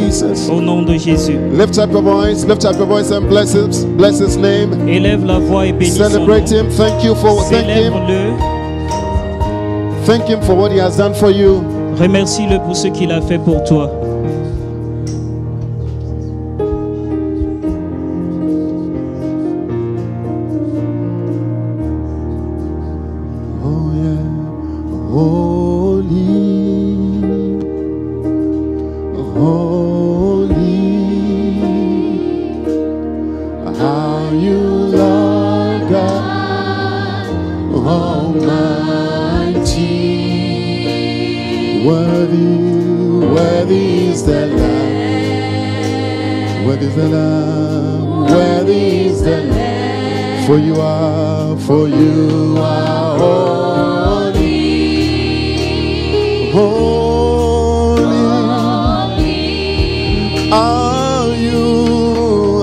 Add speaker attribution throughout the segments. Speaker 1: Jesus.
Speaker 2: Au nom de Jésus,
Speaker 1: Lift up your voice, lift up your voice and bless his, bless his name.
Speaker 2: élève la voix et bénis son nom.
Speaker 1: Celebrate him. Thank you for thank him.
Speaker 2: Célèbre-le,
Speaker 1: Thank him for what he has done for you.
Speaker 2: remercie-le pour ce qu'il a fait pour toi.
Speaker 1: Oh yeah. Holy. Holy. How you love God Almighty. Worthy, worthy is the Lamb. Worthy is the Lamb, worthy is the Lamb. For you are, for you are holy, holy. Are you,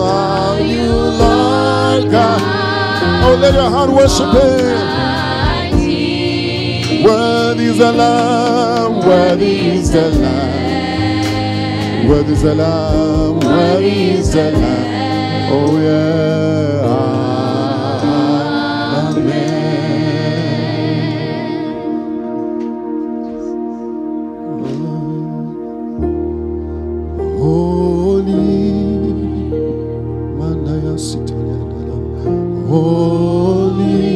Speaker 1: are you Lord God? Oh, let your heart worship Him. Worthy is the Lamb, worthy is the Lamb. Worthy is the Lamb, worthy is the Lamb. Oh, yeah. Amen. Holy, Manaya Sitaliana. Holy,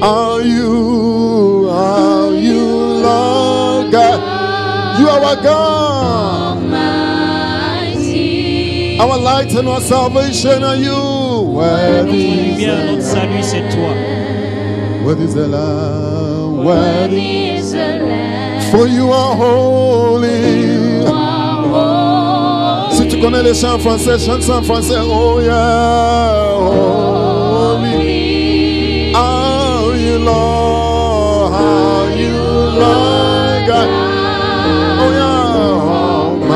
Speaker 1: are you, are you, Lord God? You are our God, our light and our salvation are you.
Speaker 2: Notre
Speaker 1: Worthy,
Speaker 2: lumière, notre salut, c'est toi.
Speaker 1: worthy is the Lamb, worthy. For you are holy. Si tu connais les chants français, chante ça en français. Oh yeah, holy. How you love, how you love God. Oh yeah,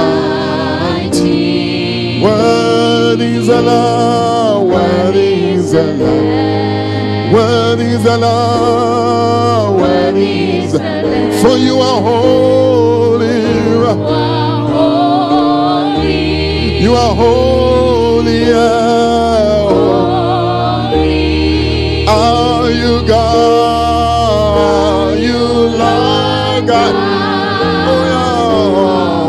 Speaker 1: almighty. Worthy is the Lamb, worthy is the Lamb. Worthy is the Lamb, worthy is the Lamb. For you are holy. You are holy. yeah. Are you God? Are you Lord God? Oh,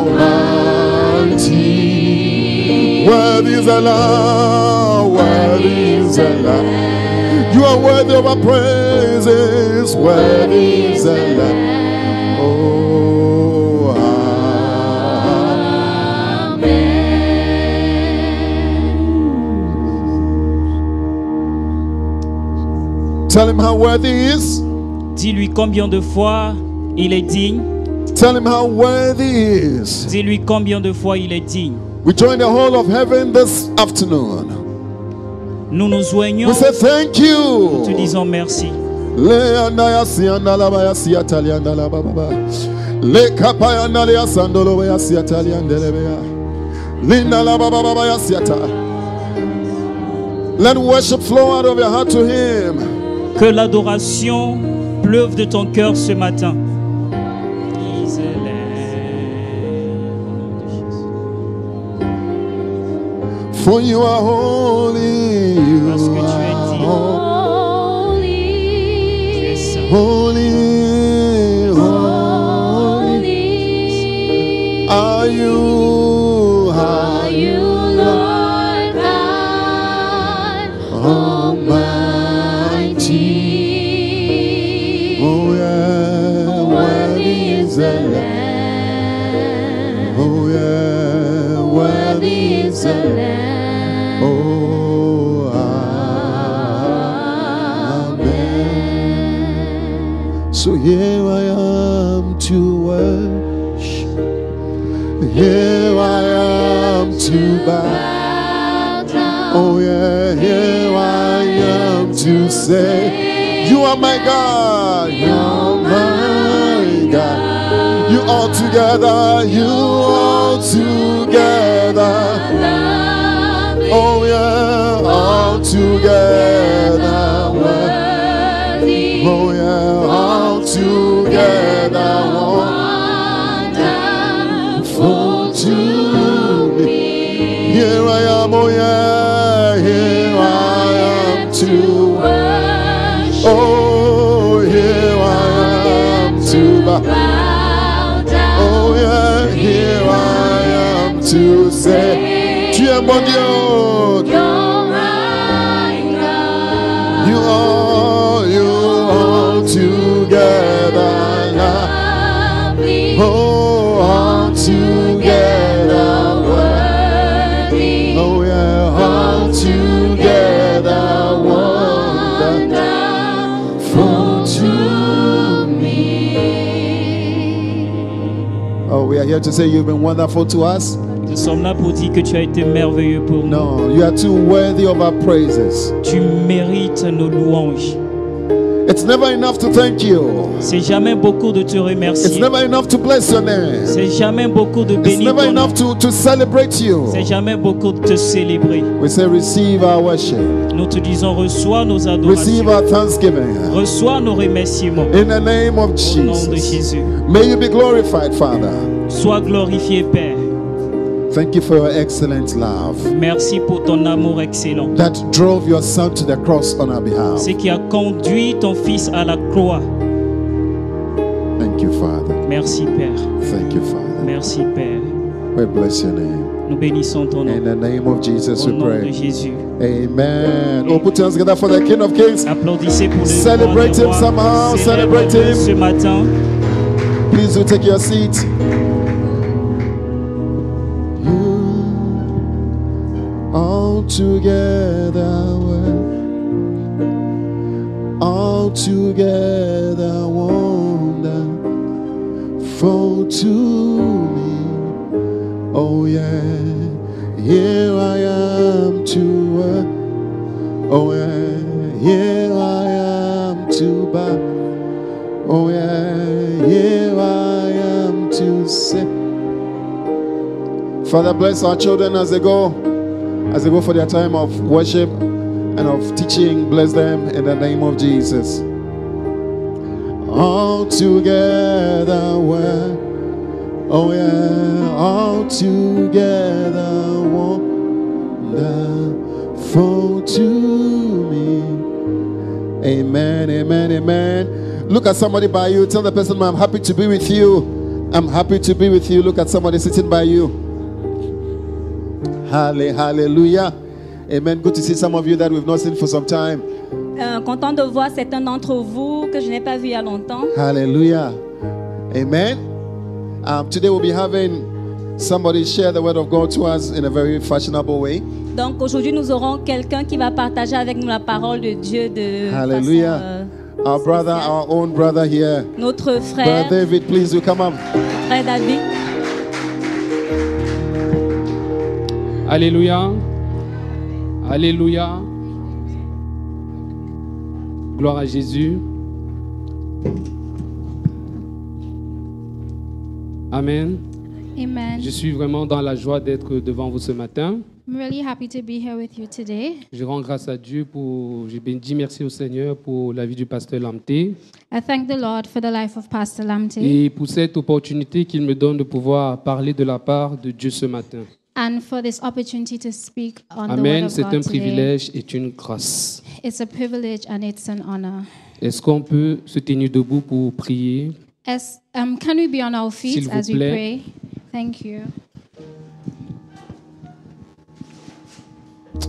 Speaker 1: yeah, Almighty. Worthy is the Lamb. Worthy is the Lamb. You are worthy of our praises. Worthy is the Lamb. Oh, ah. Tell him how worthy he is.
Speaker 2: Dis-lui combien de fois il est digne.
Speaker 1: Tell him how worthy he is.
Speaker 2: Dis-lui combien de fois il est digne.
Speaker 1: We join the whole of heaven this afternoon.
Speaker 2: Nous nous joignons,
Speaker 1: We say thank
Speaker 2: nous te
Speaker 1: you.
Speaker 2: disons merci.
Speaker 1: Leandaya siandala baya siatalianda la baba ba. Le kapaya nalia sandolo baya siatalianda le baya. Linda la baba baba ya siata. Let worship flow out of your heart to Him.
Speaker 2: Que l'adoration pleuve de ton cœur ce matin. Il se lève.
Speaker 1: For you are holy.
Speaker 2: Parce que
Speaker 1: You
Speaker 2: tu es
Speaker 1: are
Speaker 2: digne.
Speaker 1: ho-
Speaker 2: Tu es saint.
Speaker 1: holy. Holy. Are you? Are you? Almighty. Oh yeah, worthy is the Lamb. Oh yeah, worthy is the Lamb. Oh, amen. So here I am to worship. Here I am to bow. Oh yeah, here I am to say, You are my God, you are my God. You all together, you all together. Oh yeah, all together. we're- Oh yeah, oh. all together. Wonderful to me. Here I am, oh yeah, here I am to
Speaker 3: worship.
Speaker 1: Oh, here I am to bow.
Speaker 3: Bow down.
Speaker 1: Oh yeah, here I am to say, oh, Tu es mon Dieu.
Speaker 3: You're my God.
Speaker 1: You are, you are together now.
Speaker 3: Lovely.
Speaker 1: Oh, all together.
Speaker 3: Together worthy.
Speaker 1: Oh yeah, all together wonderful
Speaker 3: wonderful to me.
Speaker 1: Oh, we are here to say you've been wonderful to us.
Speaker 2: Nous sommes là pour dire que tu as été merveilleux pour nous.
Speaker 1: No, you are too worthy of our praises.
Speaker 2: Tu mérites nos louanges.
Speaker 1: It's never enough to thank you.
Speaker 2: C'est jamais beaucoup de te
Speaker 1: It's
Speaker 2: remercier.
Speaker 1: never enough to bless your name.
Speaker 2: C'est jamais beaucoup de
Speaker 1: It's
Speaker 2: bénir
Speaker 1: never
Speaker 2: ton nom.
Speaker 1: enough to, to celebrate you.
Speaker 2: C'est jamais beaucoup de te célébrer.
Speaker 1: We say, receive our worship,
Speaker 2: Nous te disons reçois nos
Speaker 1: receive
Speaker 2: adorations.
Speaker 1: our thanksgiving.
Speaker 2: Reçois nos remerciements.
Speaker 1: In the name of
Speaker 2: Au nom de
Speaker 1: Jesus.
Speaker 2: Jésus.
Speaker 1: May you be glorified, Father.
Speaker 2: Sois glorifié, Père.
Speaker 1: Thank you for your excellent love
Speaker 2: Merci pour ton amour excellent.
Speaker 1: that drove your son to the cross on our behalf.
Speaker 2: Ce qui a conduit ton fils à la croix.
Speaker 1: Thank you, Father.
Speaker 2: Merci, Père.
Speaker 1: Thank you, Father.
Speaker 2: Merci, Père.
Speaker 1: We bless your name.
Speaker 2: Nous bénissons ton nom.
Speaker 1: In the name of Jesus,
Speaker 2: Au
Speaker 1: we
Speaker 2: nom de
Speaker 1: pray.
Speaker 2: Jésus.
Speaker 1: Amen. Oh, put your hands together for the King of Kings.
Speaker 2: Applaudissez pour le
Speaker 1: Celebrate him
Speaker 2: grand roi.
Speaker 1: somehow,
Speaker 2: Célèbre-le
Speaker 1: celebrate him.
Speaker 2: Ce matin,
Speaker 1: Please do take your seat. All together, we're all together, wonderful to me. Oh yeah, here I am to. Uh, oh yeah, here I am to bow. Oh yeah, here I am to say. Father, bless our children as they go, as they go for their time of worship and of teaching. Bless them in the name of Jesus. All together, well, oh yeah, all together, wonderful to me. Amen, amen, amen. Look at somebody by you. Tell the person, I'm happy to be with you. I'm happy to be with you. Look at somebody sitting by you. Halle- Hallelujah. Amen. Good to see some of you that we've not seen for some time.
Speaker 4: Euh, content de voir certains d'entre vous que je n'ai pas vu il y a longtemps.
Speaker 1: Hallelujah. Amen. Um, today we'll be having somebody share the word of God to us in a very fashionable way.
Speaker 4: Donc aujourd'hui, nous aurons quelqu'un qui va partager avec nous la parole de Dieu de
Speaker 1: Hallelujah.
Speaker 4: façon, euh,
Speaker 1: Our brother, our own brother here.
Speaker 4: notre frère,
Speaker 1: Brother David, please do come up.
Speaker 4: frère David.
Speaker 5: Alléluia. Alléluia. Gloire à Jésus. Amen.
Speaker 6: Amen.
Speaker 5: Je suis vraiment dans la joie d'être devant vous ce matin.
Speaker 6: I'm really happy to be here with you today.
Speaker 5: Je rends grâce à Dieu pour. Je bénis, merci au Seigneur pour la vie du pasteur Lamté
Speaker 6: I thank the Lord for the life of Pastor Lamte
Speaker 5: et pour cette opportunité qu'il me donne de pouvoir parler de la part de Dieu ce matin.
Speaker 6: and for this opportunity to speak on the Word
Speaker 5: Amen.
Speaker 6: of
Speaker 5: C'est
Speaker 6: God
Speaker 5: un
Speaker 6: today.
Speaker 5: privilège et une grâce.
Speaker 6: It's a privilege and it's an honor.
Speaker 5: Est-ce qu'on peut se tenir debout pour prier?
Speaker 6: As, um, can we be on our feet
Speaker 5: S'il vous
Speaker 6: as we
Speaker 5: plaît.
Speaker 6: pray? Thank you.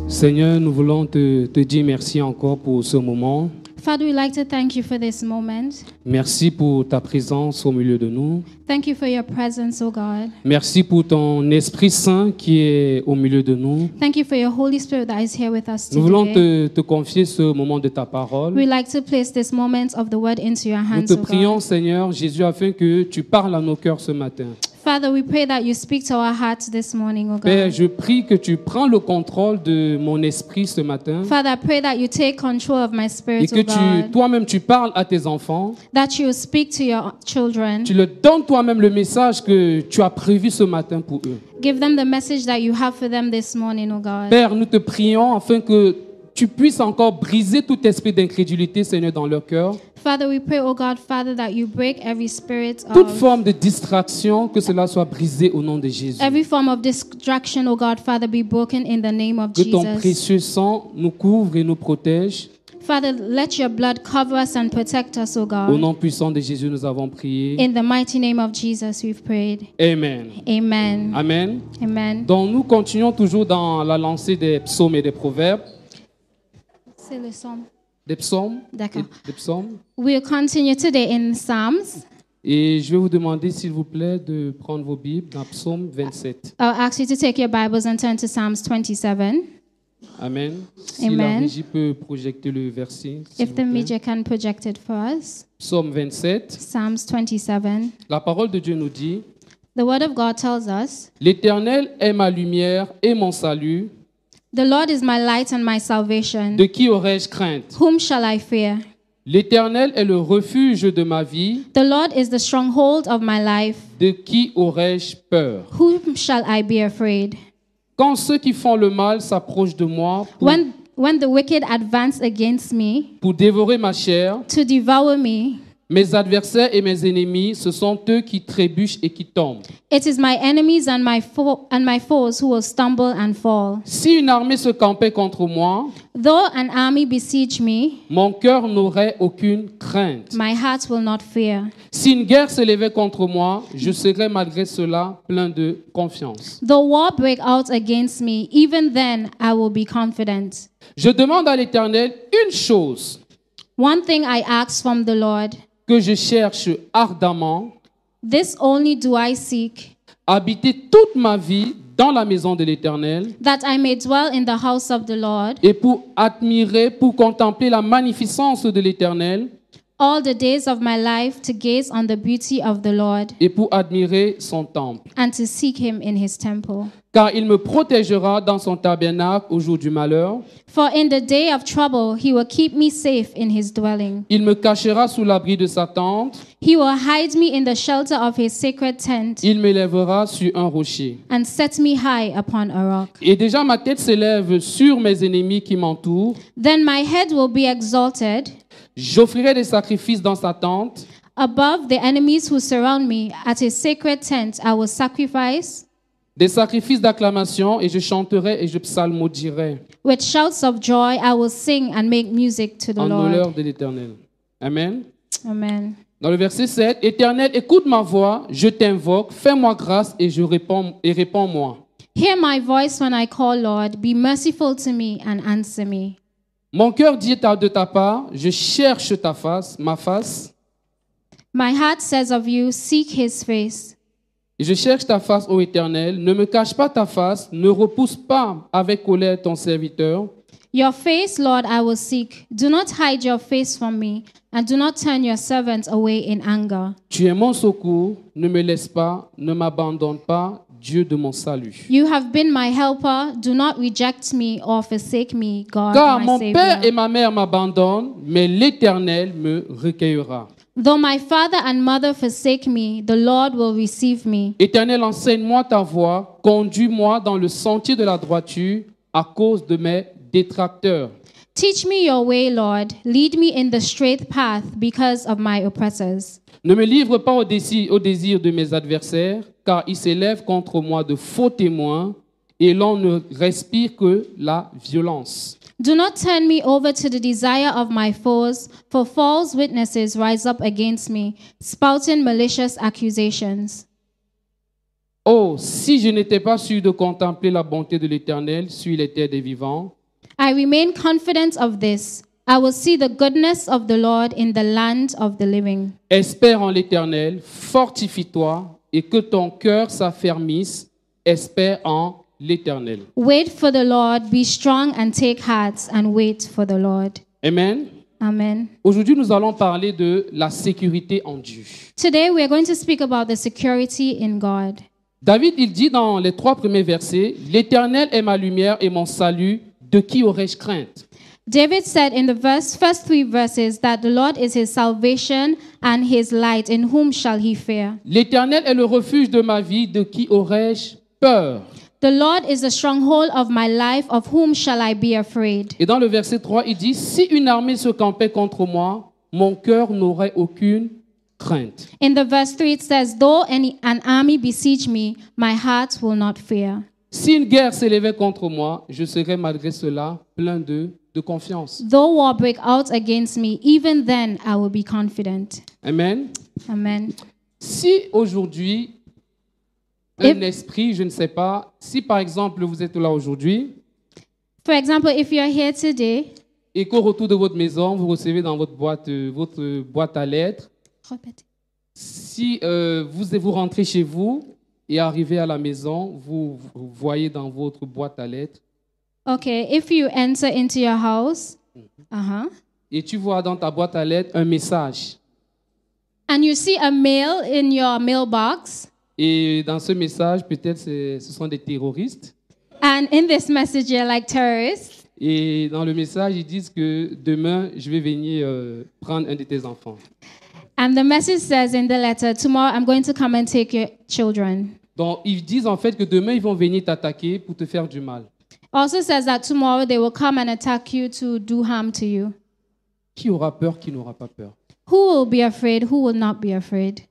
Speaker 5: Seigneur, nous voulons te, te dire merci encore pour ce moment.
Speaker 6: Father, we'd like to thank you for this moment.
Speaker 5: Merci pour ta présence au milieu de nous.
Speaker 6: Thank you for your presence, oh God.
Speaker 5: Merci pour ton Esprit Saint qui est au milieu de nous.
Speaker 6: Thank you for your Holy Spirit that is here with us
Speaker 5: Nous voulons
Speaker 6: today.
Speaker 5: te, te confier ce moment de ta parole.
Speaker 6: We'd like to place this moment of the Word into your
Speaker 5: Nous
Speaker 6: hands,
Speaker 5: te
Speaker 6: oh God.
Speaker 5: prions, Seigneur Jésus, afin que tu parles à nos cœurs ce matin.
Speaker 6: Father, we pray that you speak to our hearts this morning, oh God.
Speaker 5: Père, je prie que tu prends le contrôle de mon esprit ce matin
Speaker 6: Father, I pray that you take control of my
Speaker 5: et
Speaker 6: spirit,
Speaker 5: que
Speaker 6: oh
Speaker 5: tu
Speaker 6: God.
Speaker 5: toi-même tu parles à tes enfants.
Speaker 6: that you speak to your children.
Speaker 5: Tu leur donnes toi-même le message que tu as prévu ce matin pour eux.
Speaker 6: Give them the message that you have for them this morning, oh God.
Speaker 5: Père, nous te prions afin que tu puisses encore briser tout esprit d'incrédulité, Seigneur, dans leur cœur.
Speaker 3: Father, we pray, oh God, Father, that you break every spirit
Speaker 5: Toute
Speaker 3: of
Speaker 5: forme de distraction, que cela soit brisé au nom de Jésus.
Speaker 3: every form of distraction, oh God, Father, be broken in the name of
Speaker 5: Que ton
Speaker 3: Jesus.
Speaker 5: précieux sang nous couvre et nous protège.
Speaker 3: Father, let your blood cover us and protect us, oh
Speaker 5: Au
Speaker 3: God.
Speaker 5: nom puissant de Jésus, nous avons prié.
Speaker 3: In the mighty name of Jesus, we've prayed.
Speaker 5: Amen.
Speaker 3: Amen.
Speaker 5: Amen.
Speaker 3: Amen.
Speaker 5: Donc nous continuons toujours dans la lancée des psaumes et des proverbes.
Speaker 3: C'est le psaume.
Speaker 5: Des psaumes.
Speaker 3: D'accord.
Speaker 5: et- Des psaumes.
Speaker 3: We'll continue today in Psalms.
Speaker 5: Et je vais vous demander, s'il vous plaît, de prendre vos Bibles dans psaume 27.
Speaker 3: I'll ask you to take your Bibles and turn to Psalms 27.
Speaker 5: Amen. Si la
Speaker 3: Amen.
Speaker 5: régie peut projecter le verset. s'il
Speaker 3: If the
Speaker 5: vous plaît.
Speaker 3: media can project it for us.
Speaker 5: Psaume 27.
Speaker 3: Psalms 27.
Speaker 5: La parole de Dieu nous dit
Speaker 3: The Word of God tells us
Speaker 5: L'Éternel est ma lumière et mon salut.
Speaker 3: The Lord is my light and my salvation.
Speaker 5: De qui aurais-je crainte
Speaker 3: Whom shall I fear?
Speaker 5: L'Éternel est le refuge de ma vie.
Speaker 3: The Lord is the stronghold of my life.
Speaker 5: De qui aurais-je peur
Speaker 3: Whom shall I be afraid?
Speaker 5: Quand ceux qui font le mal s'approchent de moi pour,
Speaker 3: When, when the wicked advance against me
Speaker 5: pour dévorer ma chair,
Speaker 3: to devour me,
Speaker 5: mes adversaires et mes ennemis, ce sont eux qui trébuchent et qui tombent.
Speaker 3: it is my enemies and my, fo- and my foes who will stumble and fall.
Speaker 5: Si une armée se campait contre moi,
Speaker 3: Though an army besiege me,
Speaker 5: mon cœur n'aurait aucune crainte.
Speaker 3: my heart will not fear.
Speaker 5: Si une guerre s'élevait contre moi, je serais malgré cela plein de confiance.
Speaker 3: Though war break out against me, even then I will be confident.
Speaker 5: Je demande à l'Éternel une chose
Speaker 3: One thing I ask from the Lord,
Speaker 5: que je cherche ardemment,
Speaker 3: this only do I seek.
Speaker 5: habiter toute ma vie dans la maison de l'Éternel
Speaker 3: that I may dwell in the house of the Lord
Speaker 5: et pour admirer, pour contempler la magnificence de l'Éternel
Speaker 3: all the days of my life to gaze on the beauty of the Lord
Speaker 5: et pour admirer son temple.
Speaker 3: and to seek him in his temple.
Speaker 5: Car il me protégera dans son tabernacle au jour du malheur.
Speaker 3: For in the day of trouble he will keep me safe in his dwelling.
Speaker 5: Il me cachera sous l'abri de sa tente.
Speaker 3: He will hide me in the shelter of his sacred tent
Speaker 5: Il m'élèvera sur un rocher.
Speaker 3: and set me high upon a rock.
Speaker 5: Et déjà ma tête s'élève sur mes ennemis qui m'entourent.
Speaker 3: Then my head will be exalted
Speaker 5: J'offrirai des sacrifices dans sa tente.
Speaker 3: above the enemies who surround me. At his sacred tent I will sacrifice
Speaker 5: Des sacrifices d'acclamation et je chanterai et je psalmodierai
Speaker 3: with shouts of joy. I will sing and make music to the
Speaker 5: en
Speaker 3: Lord.
Speaker 5: honneur de l'Éternel. Amen.
Speaker 3: Amen.
Speaker 5: Dans le verset 7, Éternel, écoute ma voix, je t'invoque, fais-moi grâce et je réponds et réponds-moi.
Speaker 3: Hear my voice when I call, Lord. Be merciful to me and answer me.
Speaker 5: Mon cœur dit ta- de ta part, je cherche ta face, ma face,
Speaker 3: My heart says of you, Seek his face.
Speaker 5: et je cherche ta face, ô Éternel. Ne me cache pas ta face, ne repousse pas avec colère ton serviteur.
Speaker 3: Your face, Lord, I will seek. Do not hide your face from me, and do not turn your servant away in anger.
Speaker 5: Tu es mon secours, ne me laisse pas, ne m'abandonne pas, Dieu de mon salut.
Speaker 3: You have been my helper. Do not reject me or forsake me, God,
Speaker 5: Car
Speaker 3: my
Speaker 5: mon
Speaker 3: Savior.
Speaker 5: père et ma mère m'abandonnent, mais l'Éternel me recueillera.
Speaker 3: Though my father and mother forsake me, the Lord will receive me.
Speaker 5: Éternel, enseigne-moi ta voie, conduis-moi dans le sentier de la droiture à cause de mes détracteurs.
Speaker 3: Teach me your way, Lord. Lead me in the straight path because of my oppressors.
Speaker 5: Ne me livre pas au dési- au désir, de mes adversaires, car ils s'élèvent contre moi de faux témoins, et l'on ne respire que la violence.
Speaker 3: Do not turn me over to the desire of my foes, for false witnesses rise up against me, spouting malicious accusations.
Speaker 5: Oh, si je n'étais pas sûr de contempler la bonté de l'Éternel sur les terres des vivants,
Speaker 3: I remain confident of this. I will see the goodness of the Lord in the land of the living.
Speaker 5: espère en l'Éternel, fortifie-toi, et que ton cœur s'affermisse, espère en l'Éternel.
Speaker 3: Wait for the Lord, be strong and take heart, and wait for the Lord.
Speaker 5: Amen.
Speaker 3: Amen.
Speaker 5: Aujourd'hui, nous allons parler de la sécurité en Dieu.
Speaker 3: Today we are going to speak about the security in God.
Speaker 5: David, il dit dans les trois premiers versets, L'Éternel est ma lumière et mon salut, de qui aurais-je crainte
Speaker 3: David said in the verse, first three verses that the Lord is his salvation and his light, in whom shall he fear?
Speaker 5: L'Éternel est le refuge de ma vie, de qui aurais-je peur
Speaker 3: The Lord is the stronghold of my life, of whom shall I be afraid?
Speaker 5: Et dans le verset 3, il dit, Si une armée se campait contre moi, mon cœur n'aurait aucune crainte.
Speaker 3: In the verse 3, it says, Though any, an army besiege me, my heart will not fear.
Speaker 5: Si une guerre s'élevait contre moi, je serais malgré cela plein de, de confiance.
Speaker 3: Though war break out against me, even then I will be confident.
Speaker 5: Amen.
Speaker 3: Amen.
Speaker 5: Si aujourd'hui, un
Speaker 3: Et-
Speaker 5: esprit, je ne sais pas, si par exemple vous êtes là aujourd'hui
Speaker 3: For example, if you're here today,
Speaker 5: et qu'au retour de votre maison, vous recevez dans votre boîte, euh, votre euh, boîte à lettres, si euh, vous, vous rentrez chez vous et arrivez à la maison, vous, vous voyez dans votre boîte à lettres
Speaker 3: okay, if you enter into your house, uh huh,
Speaker 5: et tu vois dans ta boîte à lettres un message.
Speaker 3: and you see a mail in your mailbox,
Speaker 5: Et dans ce message, peut-être c'est- ce sont des terroristes.
Speaker 3: and in this message you're like terrorists,
Speaker 5: Et dans le message, ils disent que demain, je vais venir euh, prendre un de tes enfants.
Speaker 3: and the message says in the letter, tomorrow I'm going to come and take your children.
Speaker 5: Donc, ils disent en fait que demain, ils vont venir t'attaquer pour te faire du mal.
Speaker 3: Also says that tomorrow they will come and attack you to do harm to you.
Speaker 5: Qui aura peur, qui n'aura pas peur
Speaker 3: Who will be afraid? Who will not be afraid?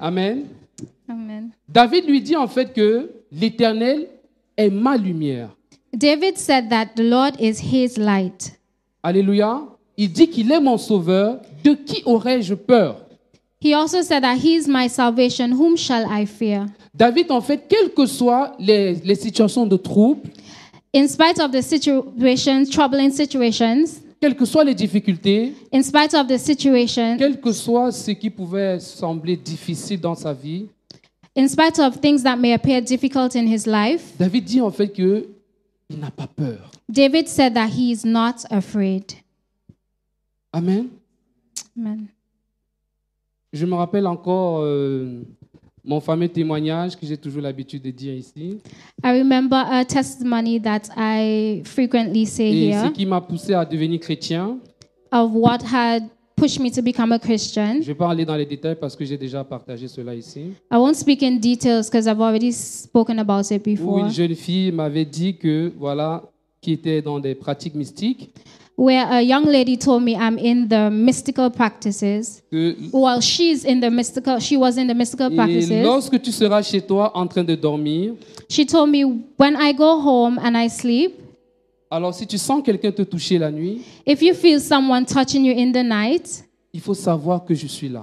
Speaker 5: Amen.
Speaker 3: Amen.
Speaker 5: David lui dit en fait que l'Éternel est ma lumière.
Speaker 3: David said that the Lord is his light.
Speaker 5: Alléluia. Il dit qu'il est mon sauveur. De qui aurais-je peur
Speaker 3: He also said that he is my salvation. Whom shall I fear?
Speaker 5: David, en fait, quelles que soient les, les situations de trouble,
Speaker 3: In spite of the situations, troubling situations,
Speaker 5: quelles que soient les difficultés,
Speaker 3: in spite of the situation,
Speaker 5: quel que soit ce qui pouvait sembler difficile dans sa vie,
Speaker 3: in spite of things that may appear difficult in his life,
Speaker 5: David dit en fait que il n'a pas peur.
Speaker 3: David said that he is not afraid.
Speaker 5: Amen.
Speaker 3: Amen.
Speaker 5: Je me rappelle encore euh, mon fameux témoignage que j'ai toujours l'habitude de dire ici.
Speaker 3: I remember a testimony that I frequently say
Speaker 5: Et ce
Speaker 3: here
Speaker 5: qui m'a poussé à devenir chrétien,
Speaker 3: of what had pushed me to become a Christian.
Speaker 5: je vais pas aller dans les détails parce que j'ai déjà partagé cela ici.
Speaker 3: I won't speak in details because I've already spoken about it
Speaker 5: Où
Speaker 3: before.
Speaker 5: une jeune fille m'avait dit que, voilà, qui était dans des pratiques mystiques,
Speaker 3: Where a young lady told me I'm in the mystical practices.
Speaker 5: que
Speaker 3: Well, she's in the mystical. She was in the mystical
Speaker 5: et
Speaker 3: practices.
Speaker 5: lorsque tu seras chez toi en train de dormir,
Speaker 3: She told me when I go home and I sleep,
Speaker 5: alors si tu sens quelqu'un te toucher la nuit,
Speaker 3: if you feel someone touching you in the night,
Speaker 5: il faut savoir que je suis là.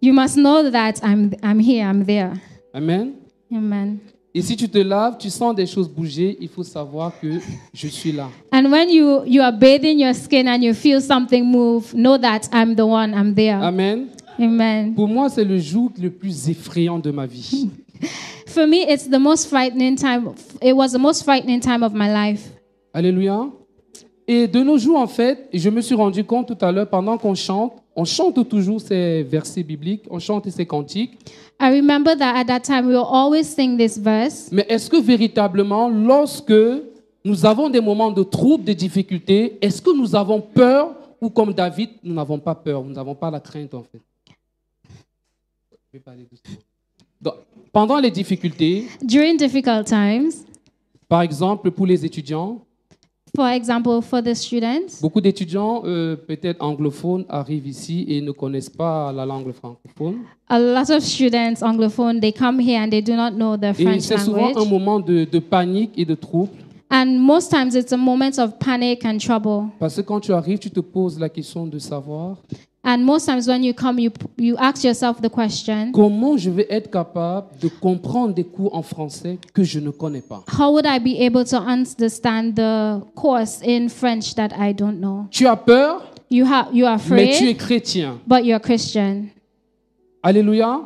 Speaker 3: you must know that I'm I'm here. I'm there.
Speaker 5: Amen.
Speaker 3: Amen.
Speaker 5: Et si tu te laves, tu sens des choses bouger, il faut savoir que je suis là.
Speaker 3: And when you you are bathing your skin and you feel something move, know that I'm the one. I'm there.
Speaker 5: Amen.
Speaker 3: Amen.
Speaker 5: Pour moi, c'est le jour le plus effrayant de ma vie.
Speaker 3: For me, it's the most frightening time. It was the most frightening time of my life.
Speaker 5: Alléluia. Et de nos jours, en fait, je me suis rendu compte tout à l'heure, pendant qu'on chante, on chante toujours ces versets bibliques, on chante ces cantiques.
Speaker 3: I remember that at that time we will always sing this verse.
Speaker 5: Mais est-ce que véritablement, lorsque nous avons des moments de troubles, de difficultés, est-ce que nous avons peur ou comme David, nous n'avons pas peur, nous n'avons pas la crainte en fait Je vais parler doucement. Donc, Pendant les difficultés,
Speaker 3: During difficult times,
Speaker 5: par exemple pour les étudiants,
Speaker 3: for example, for the students,
Speaker 5: beaucoup d'étudiants, euh, peut-être anglophones, arrivent ici et ne connaissent pas la langue francophone.
Speaker 3: a lot of students anglophone they come here and they do not know the
Speaker 5: Et
Speaker 3: French
Speaker 5: c'est souvent un
Speaker 3: language.
Speaker 5: moment de, de panique et de trouble.
Speaker 3: And most times it's a moment of panic and trouble.
Speaker 5: Parce que quand tu arrives, tu te poses la question de savoir
Speaker 3: And most times when you come, you you ask yourself the question,
Speaker 5: Comment je vais être capable de comprendre des cours en français que je ne connais pas
Speaker 3: how would I be able to understand the course in French that I don't know?
Speaker 5: Tu as peur,
Speaker 3: You have you are
Speaker 5: mais tu es
Speaker 3: afraid,
Speaker 5: chrétien.
Speaker 3: but you're Christian.
Speaker 5: Alléluia.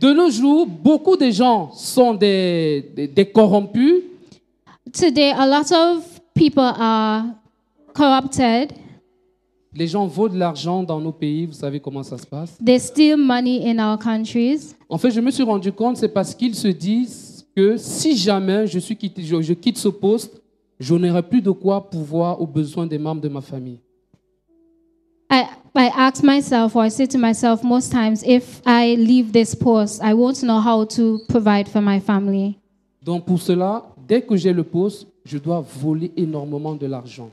Speaker 5: De nos jours, beaucoup de gens sont des, des, des corrompus
Speaker 3: Today, a lot of people are corrupted.
Speaker 5: Les gens volent de l'argent dans nos pays, vous savez comment ça se passe.
Speaker 3: They steal money in our countries.
Speaker 5: En fait, je me suis rendu compte, c'est parce qu'ils se disent que si jamais je, suis quitté, je, je quitte ce poste, je n'aurai plus de quoi pouvoir aux besoins des membres de ma famille.
Speaker 3: I, ask myself, or I say to myself most times, if I leave this post, I won't know how to provide for my family.
Speaker 5: Donc pour cela, dès que j'ai le poste, je dois voler énormément de l'argent.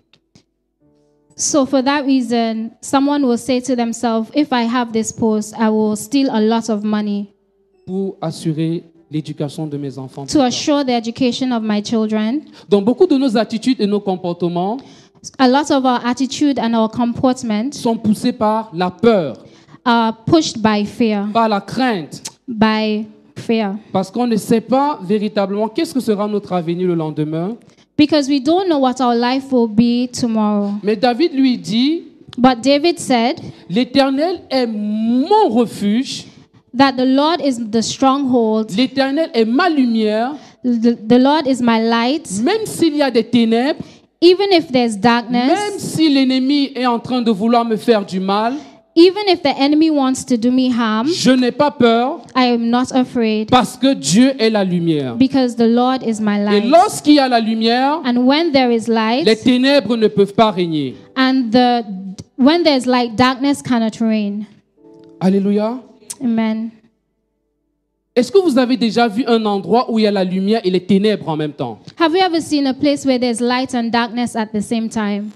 Speaker 3: So, for that reason, someone will say to themselves, if I have this post, I will steal a lot of money
Speaker 5: pour assurer l'éducation de mes enfants. plus
Speaker 3: to
Speaker 5: tard.
Speaker 3: assure the education of my children.
Speaker 5: Donc beaucoup de nos attitudes et nos comportements
Speaker 3: A lot of our attitude and our comportment
Speaker 5: sont poussés par la peur,
Speaker 3: are pushed by fear,
Speaker 5: par la crainte,
Speaker 3: by fear,
Speaker 5: parce qu'on ne sait pas véritablement qu'est-ce que sera notre avenir le lendemain.
Speaker 3: because we don't know what our life will be tomorrow.
Speaker 5: Mais David lui dit,
Speaker 3: But David said
Speaker 5: l'Éternel est mon refuge,
Speaker 3: that the Lord is the stronghold,
Speaker 5: l'Éternel est ma lumière,
Speaker 3: the, the Lord is my light.
Speaker 5: même s'il y a des ténèbres,
Speaker 3: Even if there's
Speaker 5: même
Speaker 3: darkness,
Speaker 5: si l'ennemi est en train de vouloir me faire du mal,
Speaker 3: even if the enemy wants to do me harm,
Speaker 5: je n'ai pas peur
Speaker 3: I am not afraid
Speaker 5: parce que Dieu est la lumière.
Speaker 3: because the Lord is my
Speaker 5: Et
Speaker 3: light.
Speaker 5: lorsqu'il y a la lumière,
Speaker 3: And when there is
Speaker 5: les
Speaker 3: light,
Speaker 5: ténèbres ne peuvent pas régner.
Speaker 3: and the when there's light, darkness cannot reign.
Speaker 5: Alléluia.
Speaker 3: Amen.
Speaker 5: Est-ce que vous avez déjà vu un endroit où il y a la lumière et les ténèbres en même temps
Speaker 3: Have you ever seen a place where there's light and darkness at the same time?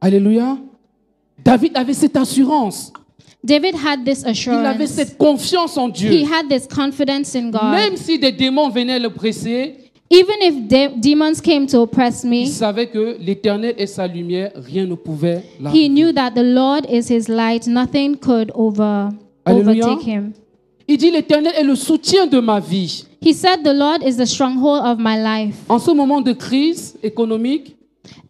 Speaker 5: Alléluia. David avait cette assurance.
Speaker 3: David had this
Speaker 5: Il avait
Speaker 3: assurance.
Speaker 5: cette confiance en
Speaker 3: He
Speaker 5: Dieu.
Speaker 3: had this confidence in God.
Speaker 5: Même si des démons venaient le presser,
Speaker 3: Even if de- demons came to oppress
Speaker 5: il
Speaker 3: me,
Speaker 5: savait que l'Éternel est sa lumière, rien ne pouvait
Speaker 3: he
Speaker 5: l'arrêter.
Speaker 3: knew that the Lord is his light. Nothing could over
Speaker 5: Alléluia.
Speaker 3: overtake him.
Speaker 5: Il dit l'Éternel est le soutien de ma vie.
Speaker 3: He said, The Lord is the stronghold of my life.
Speaker 5: En ce moment de crise économique,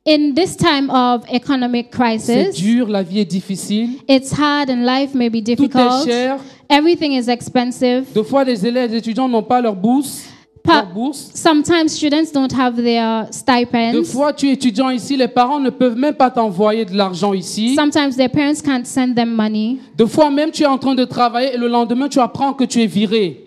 Speaker 3: In this time of economic
Speaker 5: c'est
Speaker 3: crisis,
Speaker 5: dur, la vie est difficile,
Speaker 3: it's hard and life may be
Speaker 5: tout est
Speaker 3: difficult.
Speaker 5: cher.
Speaker 3: Everything is expensive.
Speaker 5: Deux fois, les élèves, les étudiants n'ont pas leur bourse.
Speaker 3: Pa-
Speaker 5: leur bourse.
Speaker 3: Sometimes students don't have their
Speaker 5: Deux
Speaker 3: stipends.
Speaker 5: fois, tu es étudiant ici, les parents ne peuvent même pas t'envoyer de l'argent ici.
Speaker 3: Sometimes their parents can't send them money.
Speaker 5: Deux fois, même tu es en train de travailler et le lendemain, tu apprends que tu es viré.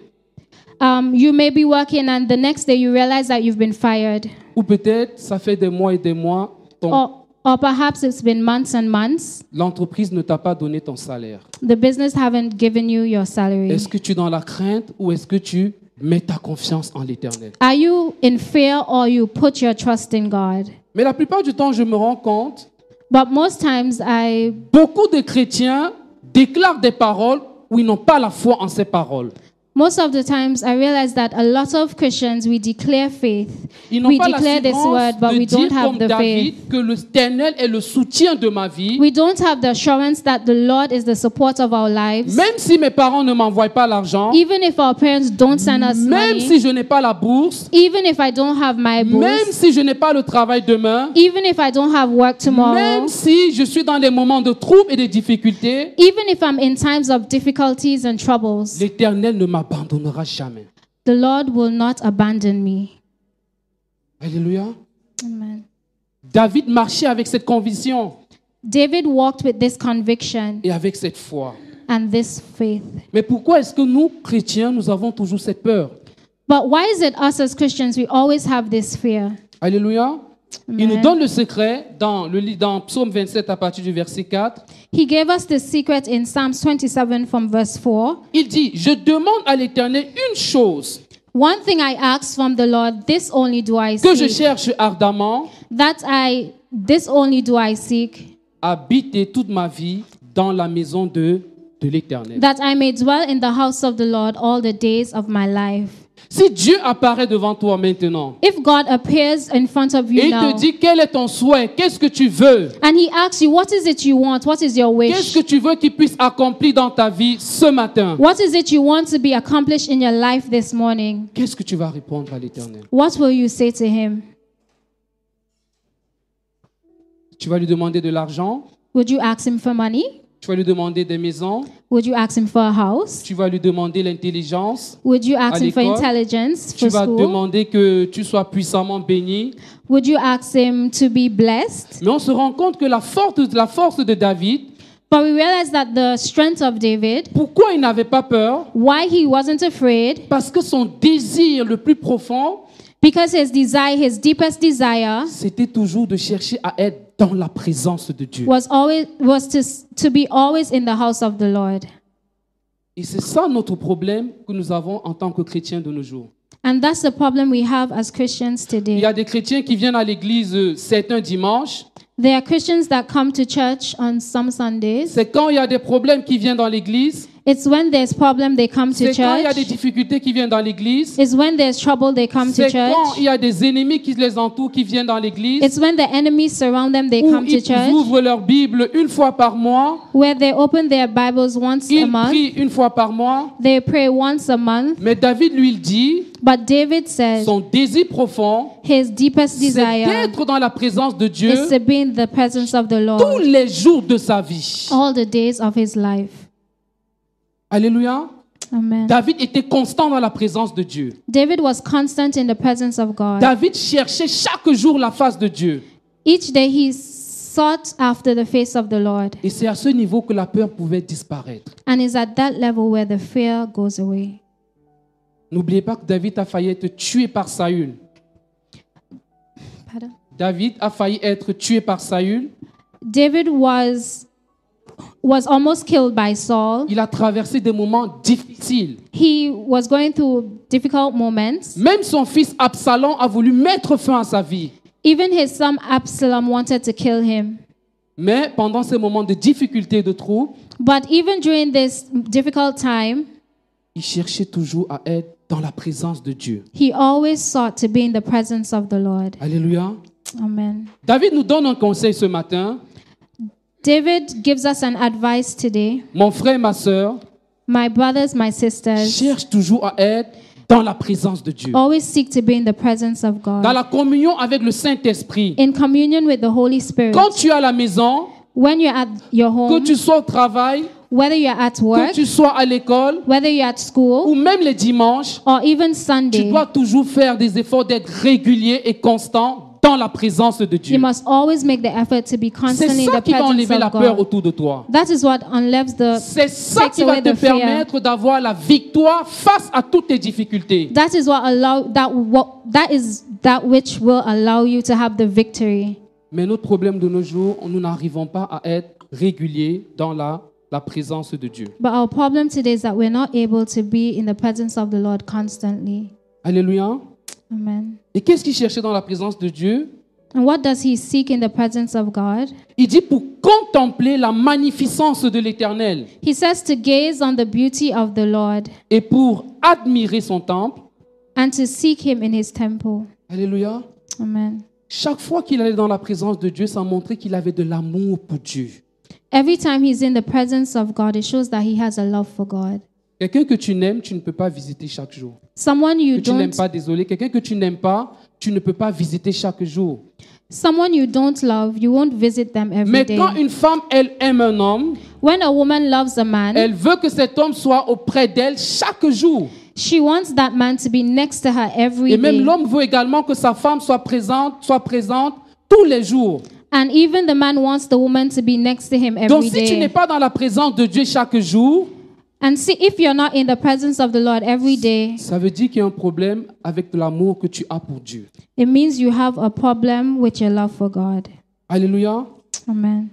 Speaker 3: Um, you may be working, and the next day you realize that you've been fired.
Speaker 5: Ou peut-être, ça fait des mois et des mois, ton-
Speaker 3: Or, or perhaps it's been months and months.
Speaker 5: l'entreprise ne t'a pas donné ton salaire.
Speaker 3: The business haven't given you your salary.
Speaker 5: Est-ce que tu es dans la crainte ou est-ce que tu mets ta confiance en l'éternel
Speaker 3: Are you in fear or you put your trust in God?
Speaker 5: Mais la plupart du temps, je me rends compte,
Speaker 3: But most times I
Speaker 5: beaucoup de chrétiens déclarent des paroles où ils n'ont pas la foi en ces paroles.
Speaker 3: most of the times I realize that a lot of Christians we declare faith.
Speaker 5: Ils n'ont
Speaker 3: We
Speaker 5: pas la
Speaker 3: declare this word, but
Speaker 5: de
Speaker 3: we
Speaker 5: dire
Speaker 3: don't have
Speaker 5: comme
Speaker 3: the
Speaker 5: David que l'éternel est le soutien de ma vie.
Speaker 3: We don't have the assurance that the Lord is the support of our lives.
Speaker 5: Même si mes parents ne m'envoient pas l'argent,
Speaker 3: Even if our parents don't send us
Speaker 5: même
Speaker 3: money,
Speaker 5: si je n'ai pas la bourse,
Speaker 3: even if I don't have my
Speaker 5: même
Speaker 3: books,
Speaker 5: si je n'ai pas le travail demain,
Speaker 3: even if I don't have work tomorrow,
Speaker 5: même si je suis dans des moments de troubles et de difficultés,
Speaker 3: even if I'm in times of difficulties and troubles,
Speaker 5: l'éternel ne m'abandonnera jamais.
Speaker 3: the Lord will not abandon me.
Speaker 5: Alléluia.
Speaker 3: Amen.
Speaker 5: David marchait avec cette conviction
Speaker 3: David walked with this conviction
Speaker 5: et avec cette foi.
Speaker 3: and this faith.
Speaker 5: Mais pourquoi est-ce que nous, chrétiens, nous avons toujours cette peur
Speaker 3: But why is it us as Christians we always have this fear?
Speaker 5: Alléluia. Il nous donne le secret dans le li- dans Psaume 27 à partir du verset 4.
Speaker 3: He gave us the secret in Psalms 27 from verse 4.
Speaker 5: Il dit, je demande à l'Éternel une chose
Speaker 3: One thing I ask from the Lord, this only do I
Speaker 5: que je
Speaker 3: seek.
Speaker 5: cherche ardemment,
Speaker 3: That I, this only do I seek,
Speaker 5: habiter toute ma vie dans la maison de, de l'Éternel.
Speaker 3: that I may dwell in the house of the Lord all the days of my life.
Speaker 5: Si Dieu apparaît devant toi maintenant
Speaker 3: If God appears in front of
Speaker 5: et
Speaker 3: you
Speaker 5: il
Speaker 3: now
Speaker 5: te dit quel est ton souhait, qu'est-ce que tu veux,
Speaker 3: and He asks you, What is it you want? What is your wish?
Speaker 5: qu'est-ce que tu veux qu'il puisse accomplir dans ta vie ce matin,
Speaker 3: What is it you want to be accomplished in your life this morning?
Speaker 5: qu'est-ce que tu vas répondre à l'Éternel
Speaker 3: What will you say to Him?
Speaker 5: Tu vas lui demander de l'argent,
Speaker 3: Would you ask Him for money?
Speaker 5: tu vas lui demander des maisons,
Speaker 3: Would you ask Him for a house?
Speaker 5: tu vas lui demander l'intelligence,
Speaker 3: Would you ask Him for
Speaker 5: l'école,
Speaker 3: intelligence,
Speaker 5: tu
Speaker 3: for
Speaker 5: vas
Speaker 3: school?
Speaker 5: demander que tu sois puissamment béni.
Speaker 3: Would you ask Him to be blessed?
Speaker 5: Mais on se rend compte que la force, la force de David,
Speaker 3: But we realize that the strength of David,
Speaker 5: Pourquoi il n'avait pas peur
Speaker 3: why he wasn't afraid,
Speaker 5: Parce que son désir le plus profond
Speaker 6: Because his desire, his deepest desire,
Speaker 5: c'était toujours de chercher à être dans la présence de Dieu.
Speaker 6: was always was to s- to be always in the house of the Lord.
Speaker 5: Et c'est ça notre problème que nous avons en tant que chrétiens de nos jours.
Speaker 6: And that's the problem we have as Christians
Speaker 5: Il
Speaker 6: today.
Speaker 5: y a des chrétiens qui viennent à l'église euh, certains dimanches.
Speaker 6: There are Christians that come to church on some Sundays.
Speaker 5: C'est quand il y a des problèmes qui viennent dans l'église.
Speaker 6: It's when there's problem they come to
Speaker 5: C'est quand il y a des
Speaker 6: church.
Speaker 5: difficultés qui viennent dans l'église.
Speaker 6: It's when there's trouble they come to
Speaker 5: C'est quand il
Speaker 6: church.
Speaker 5: y a des ennemis qui les entourent qui viennent dans l'église.
Speaker 6: It's when the enemies surround them they
Speaker 5: Où
Speaker 6: come to
Speaker 5: ils
Speaker 6: church.
Speaker 5: ouvrent leur Bible une fois par mois.
Speaker 6: Where they open their Bibles once a
Speaker 5: Ils
Speaker 6: month.
Speaker 5: prient une fois par mois.
Speaker 6: They pray once a month.
Speaker 5: Mais David lui il dit,
Speaker 6: But David says
Speaker 5: son désir profond,
Speaker 6: his deepest
Speaker 5: c'est
Speaker 6: desire
Speaker 5: d'être dans la présence de Dieu
Speaker 6: is to be in the presence of the
Speaker 5: tous
Speaker 6: Lord
Speaker 5: les jours de sa vie.
Speaker 6: all the days of his life.
Speaker 5: Alléluia.
Speaker 6: Amen.
Speaker 5: David était constant dans la présence de Dieu.
Speaker 6: David was constant in the presence of God.
Speaker 5: David cherchait chaque jour la face de Dieu.
Speaker 6: Each day he sought after the face of the Lord.
Speaker 5: Et c'est à ce niveau que la peur pouvait disparaître.
Speaker 6: And it's at that level where the fear goes away.
Speaker 5: N'oubliez pas que David a failli être tué par Saül.
Speaker 6: Pardon?
Speaker 5: David a failli être tué par Saül.
Speaker 6: David was was almost killed by Saul.
Speaker 5: Il a traversé des moments difficiles.
Speaker 6: He was going through difficult moments.
Speaker 5: Même son fils Absalom a voulu mettre fin à sa vie.
Speaker 6: Even his son Absalom wanted to kill him.
Speaker 5: Mais pendant ces moments de difficulté et de trouble,
Speaker 6: But even during this difficult time,
Speaker 5: il cherchait toujours à être dans la présence de Dieu.
Speaker 6: he always sought to be in the presence of the Lord.
Speaker 5: Alléluia.
Speaker 6: Amen.
Speaker 5: David nous donne un conseil ce matin.
Speaker 6: David gives us an advice today.
Speaker 5: Mon frère, ma soeur,
Speaker 6: My brothers, my sisters,
Speaker 5: cherche toujours à être dans la présence de Dieu.
Speaker 6: always seek to be in the presence of God.
Speaker 5: Dans la communion avec le Saint-Esprit.
Speaker 6: in communion with the Holy Spirit.
Speaker 5: Quand tu es à la maison,
Speaker 6: When you're at your
Speaker 5: que
Speaker 6: home,
Speaker 5: tu sois au travail,
Speaker 6: whether you're at
Speaker 5: que
Speaker 6: work,
Speaker 5: tu sois à l'école,
Speaker 6: whether you're at
Speaker 5: ou
Speaker 6: school,
Speaker 5: même les dimanches,
Speaker 6: or even
Speaker 5: tu
Speaker 6: Sunday,
Speaker 5: dois toujours faire des efforts d'être régulier et constant dans la présence de
Speaker 6: you
Speaker 5: Dieu.
Speaker 6: must always make the effort to be
Speaker 5: C'est
Speaker 6: constantly in
Speaker 5: ça
Speaker 6: the
Speaker 5: qui va
Speaker 6: presence
Speaker 5: enlever la
Speaker 6: of
Speaker 5: peur
Speaker 6: God.
Speaker 5: autour de toi.
Speaker 6: That is what unleaves the.
Speaker 5: C'est ça
Speaker 6: Takes
Speaker 5: qui va
Speaker 6: away
Speaker 5: te
Speaker 6: the fear.
Speaker 5: permettre d'avoir la victoire face à toutes tes difficultés.
Speaker 6: That is what allow that what that is that which will allow you to have the victory.
Speaker 5: Mais notre problème de nos jours, nous n'arrivons pas à être réguliers dans la, la présence de Dieu.
Speaker 6: But our problem today is that we're not able to be in the presence of the Lord constantly.
Speaker 5: Alléluia.
Speaker 6: Amen.
Speaker 5: Et qu'est-ce qu'il cherchait dans la présence de Dieu
Speaker 6: And what does he seek in the presence of God?
Speaker 5: Il dit pour contempler la magnificence de l'Éternel
Speaker 6: He says to gaze on the beauty of the Lord
Speaker 5: et pour admirer son temple.
Speaker 6: and to seek him in his temple.
Speaker 5: Alléluia.
Speaker 6: Amen.
Speaker 5: Chaque fois qu'il allait dans la présence de Dieu, ça montrait qu'il avait de l'amour pour Dieu.
Speaker 6: Every time he's in the presence of God, it shows that he has a love for God.
Speaker 5: Quelqu'un que tu n'aimes, tu ne peux pas visiter chaque jour.
Speaker 6: Someone you
Speaker 5: Que tu n'aimes
Speaker 6: don't
Speaker 5: pas, désolé. Quelqu'un que tu n'aimes pas, tu ne peux pas visiter chaque jour.
Speaker 6: someone you don't love, you won't visit them every
Speaker 5: Mais quand
Speaker 6: day.
Speaker 5: une femme, elle aime un homme,
Speaker 6: When a woman loves a man,
Speaker 5: elle veut que cet homme soit auprès d'elle chaque jour.
Speaker 6: she wants that man to be next to her every
Speaker 5: Et même
Speaker 6: day.
Speaker 5: l'homme veut également que sa femme soit présente, soit présente tous les jours.
Speaker 6: And even the man wants the woman to be next to him
Speaker 5: Donc
Speaker 6: every
Speaker 5: si tu n'es
Speaker 6: day.
Speaker 5: pas dans la présence de Dieu chaque jour,
Speaker 6: And see if you're not in the presence of the Lord every day,
Speaker 5: ça veut dire qu'il y a un problème avec l'amour que tu as pour Dieu.
Speaker 6: it means you have a problem with your love for God.
Speaker 5: Alléluia.
Speaker 6: Amen.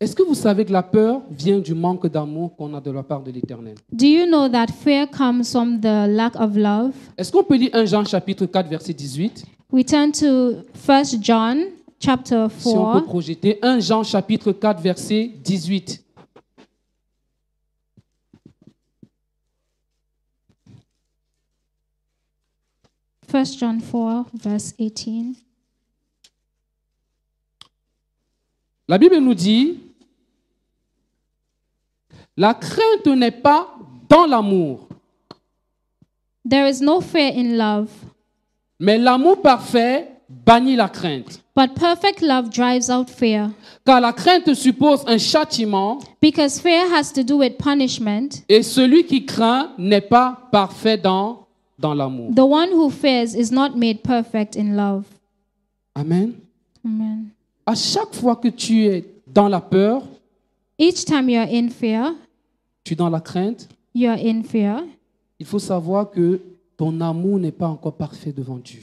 Speaker 5: Est-ce que vous savez que la peur vient du manque d'amour qu'on a de la part de l'Éternel
Speaker 6: Do you know that fear comes from the lack of love?
Speaker 5: Est-ce qu'on peut lire 1 Jean chapitre 4 verset 18
Speaker 6: We turn to 1 John chapter
Speaker 5: Si on peut
Speaker 6: 4.
Speaker 5: projeter 1 Jean chapitre 4 verset 18.
Speaker 6: First John 4 verse 18.
Speaker 5: La Bible nous dit La crainte n'est pas dans l'amour,
Speaker 6: There is no fear in love,
Speaker 5: mais l'amour parfait bannit la crainte.
Speaker 6: but perfect love drives out fear,
Speaker 5: Car la crainte suppose un châtiment
Speaker 6: because fear has to do with punishment.
Speaker 5: et celui qui craint n'est pas parfait dans, dans l'amour.
Speaker 6: The one who fears is not made perfect in love.
Speaker 5: Amen.
Speaker 6: Amen.
Speaker 5: À chaque fois que tu es dans la peur,
Speaker 6: Each time you're in fear,
Speaker 5: tu es dans la crainte,
Speaker 6: you're in fear.
Speaker 5: il faut savoir que ton amour n'est pas encore parfait devant Dieu.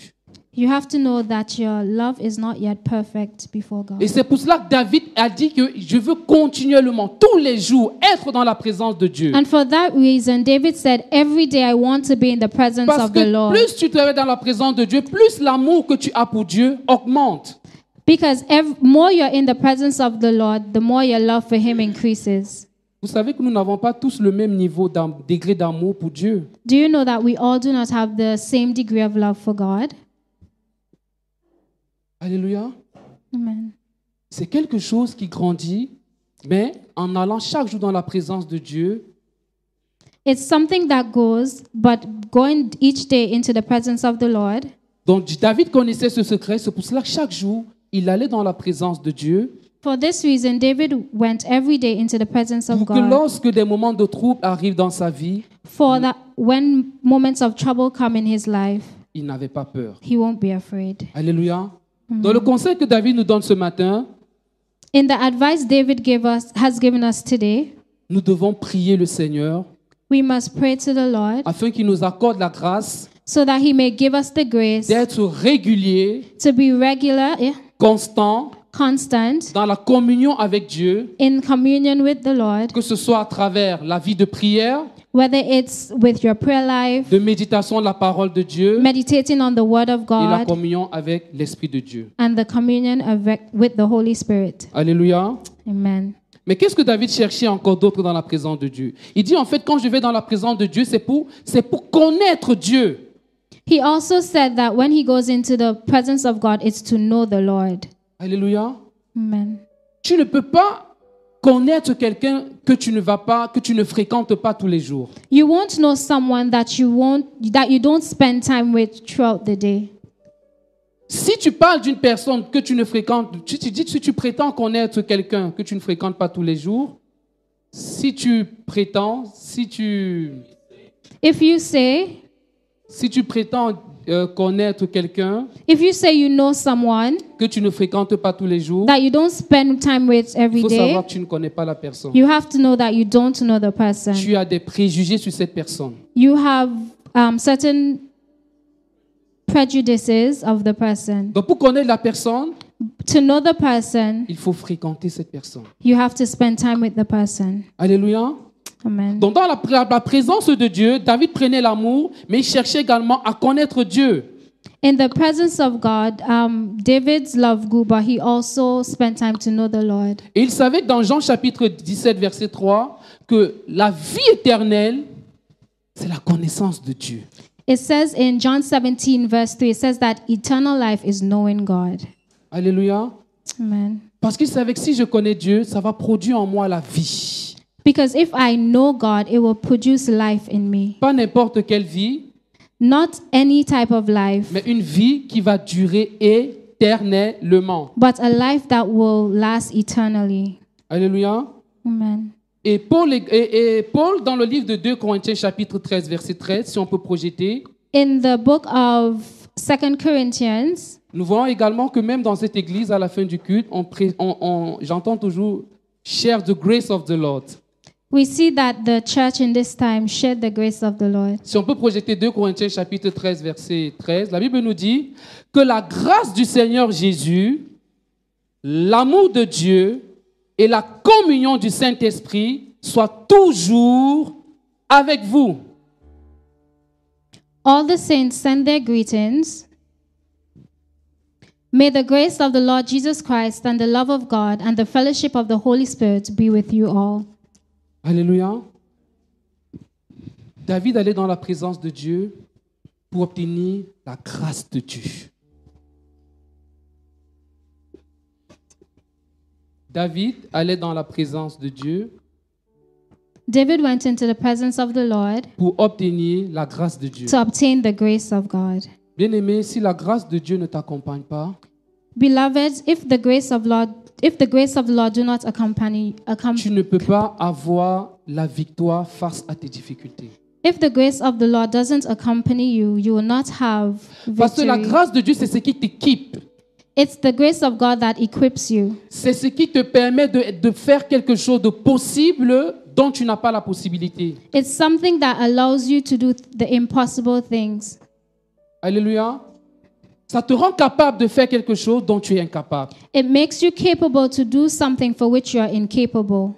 Speaker 6: You have to know that your love is not yet perfect before God.
Speaker 5: Et c'est pour cela que David a dit que je veux continuellement, tous les jours, être dans la présence de Dieu.
Speaker 6: And for that reason, David said, Every day I want to be in the presence
Speaker 5: Parce
Speaker 6: of the
Speaker 5: que
Speaker 6: Lord.
Speaker 5: plus tu te mets dans la présence de Dieu, plus l'amour que tu as pour Dieu augmente.
Speaker 6: Because ev- more you're in the presence of the Lord, the more your love for Him increases.
Speaker 5: Vous savez que nous n'avons pas tous le même niveau d'am- degré d'amour pour Dieu.
Speaker 6: Do you know that we all do not have the same degree of love for God?
Speaker 5: Alléluia.
Speaker 6: Amen.
Speaker 5: C'est quelque chose qui grandit, mais en allant chaque jour dans la présence de Dieu,
Speaker 6: It's something that goes, but going each day into the presence of the Lord.
Speaker 5: Donc David connaissait ce secret, c'est pour cela que chaque jour, il allait dans la présence de Dieu
Speaker 6: For this reason, David went every day into the presence of
Speaker 5: pour que
Speaker 6: God.
Speaker 5: lorsque des moments de trouble arrivent dans sa vie,
Speaker 6: For that, when moments of trouble come in his life,
Speaker 5: il n'avait pas peur.
Speaker 6: he won't be afraid.
Speaker 5: Alléluia. Dans le conseil que David nous donne ce matin,
Speaker 6: In the advice David gave us, has given us today,
Speaker 5: nous devons prier le Seigneur
Speaker 6: we must pray to the Lord
Speaker 5: afin qu'il nous accorde la grâce
Speaker 6: so that He may give us the grace
Speaker 5: d'être régulier,
Speaker 6: to be regular, eh,
Speaker 5: constant
Speaker 6: constant
Speaker 5: dans la communion avec Dieu,
Speaker 6: in communion with the Lord,
Speaker 5: que ce soit à travers la vie de prière,
Speaker 6: whether it's with your prayer life,
Speaker 5: de méditation de la parole de Dieu
Speaker 6: meditating on the Word of
Speaker 5: et la
Speaker 6: God,
Speaker 5: communion avec l'Esprit de Dieu.
Speaker 6: and the communion of rec- with the Holy Spirit.
Speaker 5: Alléluia.
Speaker 6: Amen.
Speaker 5: Mais qu'est-ce que David cherchait encore d'autre dans la présence de Dieu Il dit en fait, quand je vais dans la présence de Dieu, c'est pour, c'est pour connaître Dieu.
Speaker 6: He also said that when he goes into the presence of God, it's to know the Lord.
Speaker 5: Alléluia.
Speaker 6: Amen.
Speaker 5: Tu ne peux pas connaître quelqu'un que tu ne vas pas, que tu ne fréquentes pas tous les jours.
Speaker 6: You won't know someone that you won't that you don't spend time with throughout the day.
Speaker 5: Si tu parles d'une personne que tu ne fréquentes, si tu dis si tu prétends connaître quelqu'un que tu ne fréquentes pas tous les jours, si tu prétends, si tu,
Speaker 6: If you say,
Speaker 5: si tu prétends euh, connaître quelqu'un
Speaker 6: if you say you know someone
Speaker 5: que tu ne fréquentes pas tous les jours,
Speaker 6: that you don't spend time with every
Speaker 5: il faut
Speaker 6: day,
Speaker 5: savoir que tu ne connais pas la personne.
Speaker 6: you have to know that you don't know the person.
Speaker 5: tu as des préjugés sur cette personne.
Speaker 6: You have um, certain prejudices of the person.
Speaker 5: Donc pour connaître la personne,
Speaker 6: To know the person,
Speaker 5: il faut fréquenter cette personne.
Speaker 6: you have to spend time with the person.
Speaker 5: Alléluia.
Speaker 6: Amen.
Speaker 5: Donc dans la, pr- la présence de Dieu, David prenait l'amour, mais il cherchait également à connaître Dieu.
Speaker 6: In the presence of God, um, David's love grew, but he also spent time to know the Lord.
Speaker 5: Et il savait dans Jean chapitre 17, verset 3, que la vie éternelle, c'est la connaissance de Dieu.
Speaker 6: It says in John 17, verse 3, it says that eternal life is knowing God.
Speaker 5: Alléluia.
Speaker 6: Amen.
Speaker 5: Parce qu'il savait que si je connais Dieu, ça va produire en moi la vie.
Speaker 6: Because if I know God, it will produce life in me.
Speaker 5: Pas n'importe quelle vie,
Speaker 6: Not any type of life,
Speaker 5: mais une vie qui va durer éternellement.
Speaker 6: but a life that will last eternally.
Speaker 5: Alléluia.
Speaker 6: Amen.
Speaker 5: Et Paul, est- et- et Paul, dans le livre de 2 Corinthiens, chapitre 13, verset 13, si on peut projeter,
Speaker 6: In the book of Second Corinthians,
Speaker 5: nous voyons également que même dans cette église, à la fin du culte, on pré- on- on- j'entends toujours Share the grace of the Lord.
Speaker 6: we see that the church in this time shared the grace of the Lord.
Speaker 5: Si on peut projeter 2 Corinthiens, chapitre 13, verset 13, la Bible nous dit que la grâce du Seigneur Jésus, l'amour de Dieu et la communion du Saint-Esprit soient toujours avec vous.
Speaker 6: All the saints send their greetings. May the grace of the Lord Jesus Christ and the love of God and the fellowship of the Holy Spirit be with you all.
Speaker 5: Alléluia. David allait dans la présence de Dieu pour obtenir la grâce de Dieu. David allait dans la présence de Dieu
Speaker 6: David went into the presence of the Lord
Speaker 5: pour obtenir la grâce de Dieu.
Speaker 6: to obtain the grace of God.
Speaker 5: Bien-aimé, si la grâce de Dieu ne t'accompagne pas,
Speaker 6: Beloved, if the grace of Lord, if the grace of the Lord do not accompany,
Speaker 5: tu
Speaker 6: accom-
Speaker 5: ne peux pas avoir la victoire face à tes difficultés.
Speaker 6: if the grace of the Lord doesn't accompany you, you will not have
Speaker 5: Parce que la
Speaker 6: victory.
Speaker 5: grâce de Dieu, c'est ce qui t'équipe.
Speaker 6: It's the grace of God that equips you.
Speaker 5: C'est ce qui te permet de, de faire quelque chose de possible dont tu n'as pas la possibilité.
Speaker 6: It's something that allows you to do the impossible things.
Speaker 5: Alléluia. Ça te rend capable de faire quelque chose dont tu es incapable.
Speaker 6: It makes you capable to do something for which you are incapable.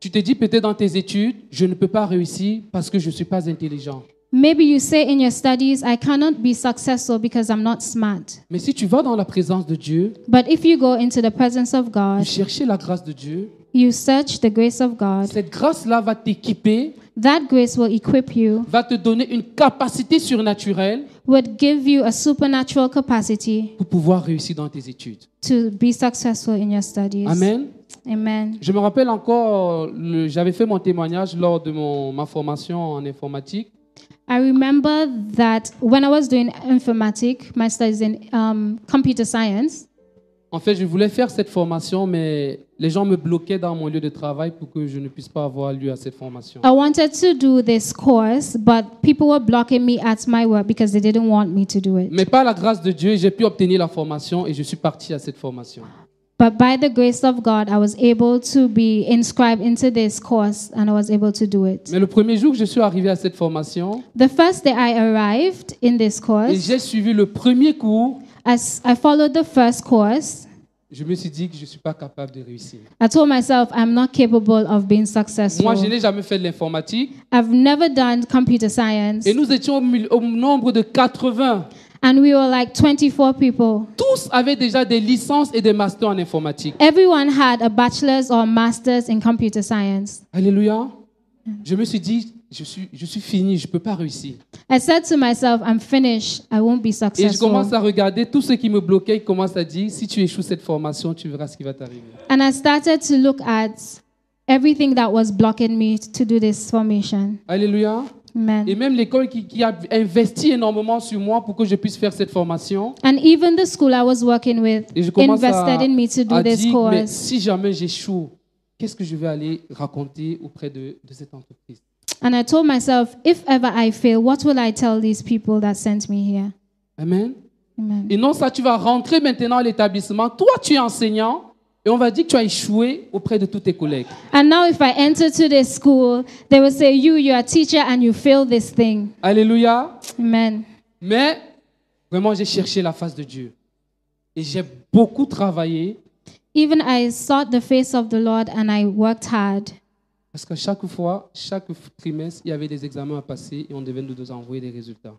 Speaker 5: Tu te dis peut-être dans tes études, je ne peux pas réussir parce que je ne suis pas intelligent.
Speaker 6: Maybe you say in your studies, I cannot be successful because I'm not smart.
Speaker 5: Mais si tu vas dans la présence de Dieu,
Speaker 6: But if you go into the presence of
Speaker 5: tu
Speaker 6: God,
Speaker 5: chercher la grâce de Dieu,
Speaker 6: you search the grace of God,
Speaker 5: cette grâce-là va t'équiper,
Speaker 6: that grace will equip you,
Speaker 5: va te donner une capacité surnaturelle
Speaker 6: would give you a supernatural capacity
Speaker 5: pour pouvoir réussir dans tes études.
Speaker 6: to be successful in your studies.
Speaker 5: Amen.
Speaker 6: Amen.
Speaker 5: Je me rappelle encore, le- j'avais fait mon témoignage lors de mon- ma formation en informatique.
Speaker 6: I remember that when I was doing informatic, my studies in um, computer science,
Speaker 5: En fait, je voulais faire cette formation, mais les gens me bloquaient dans mon lieu de travail pour que je ne puisse pas avoir lieu à cette formation.
Speaker 6: I wanted to do this course, but people were blocking me at my work because they didn't want me to do it.
Speaker 5: Mais par la grâce de Dieu, j'ai pu obtenir la formation et je suis parti à cette formation.
Speaker 6: But by the grace of God, I was able to be inscribed into this course and I was able to do it.
Speaker 5: Mais le premier jour que je suis arrivé à cette formation,
Speaker 6: The first day I arrived in this
Speaker 5: et
Speaker 6: course,
Speaker 5: j'ai suivi le premier cours,
Speaker 6: as I followed the first course,
Speaker 5: je me suis dit que je ne suis pas capable de réussir.
Speaker 6: I told myself I'm not capable of being successful.
Speaker 5: Moi, je n'ai jamais fait de l'informatique
Speaker 6: I've never done computer science.
Speaker 5: et nous étions au mil- au nombre de 80.
Speaker 6: And we were like 24 people.
Speaker 5: Tous avaient déjà des licences et des masters en informatique.
Speaker 6: Everyone had a bachelor's or master's in computer science.
Speaker 5: Alléluia. Je me suis dit, je suis, je suis fini, je ne peux pas réussir.
Speaker 6: I said to myself, I'm finished. I won't be
Speaker 5: Et je commence
Speaker 6: successful.
Speaker 5: à regarder tout ce qui me bloquait. Il commence à dire si tu échoues cette formation, tu verras ce qui va t'arriver.
Speaker 6: And I started to look at everything that was blocking me to do this formation.
Speaker 5: Alléluia. Et
Speaker 6: Amen.
Speaker 5: même l'école qui, qui a investi énormément sur moi pour que je puisse faire cette formation.
Speaker 6: And even the school I was working with
Speaker 5: Et je commence à,
Speaker 6: invested in me to do
Speaker 5: à
Speaker 6: this
Speaker 5: dire mais
Speaker 6: course.
Speaker 5: si jamais j'échoue, qu'est-ce que je vais aller raconter auprès de, de cette entreprise
Speaker 6: And I told myself, if ever I fail, what will I tell these people that sent me here?
Speaker 5: Amen.
Speaker 6: Amen.
Speaker 5: Et non, ça, tu vas rentrer maintenant à l'établissement. Toi, tu es enseignant et on va dire que tu as échoué auprès de tous tes collègues.
Speaker 6: And now, if I enter to this school, they will say, You, you're a teacher and you failed this thing.
Speaker 5: Alléluia.
Speaker 6: Amen.
Speaker 5: Mais vraiment, j'ai cherché la face de Dieu. Et j'ai beaucoup travaillé
Speaker 6: Even I sought the face of the Lord and I worked hard.
Speaker 5: parce que chaque fois, chaque trimestre, il y avait des examens à passer et on devait nous envoyer des résultats.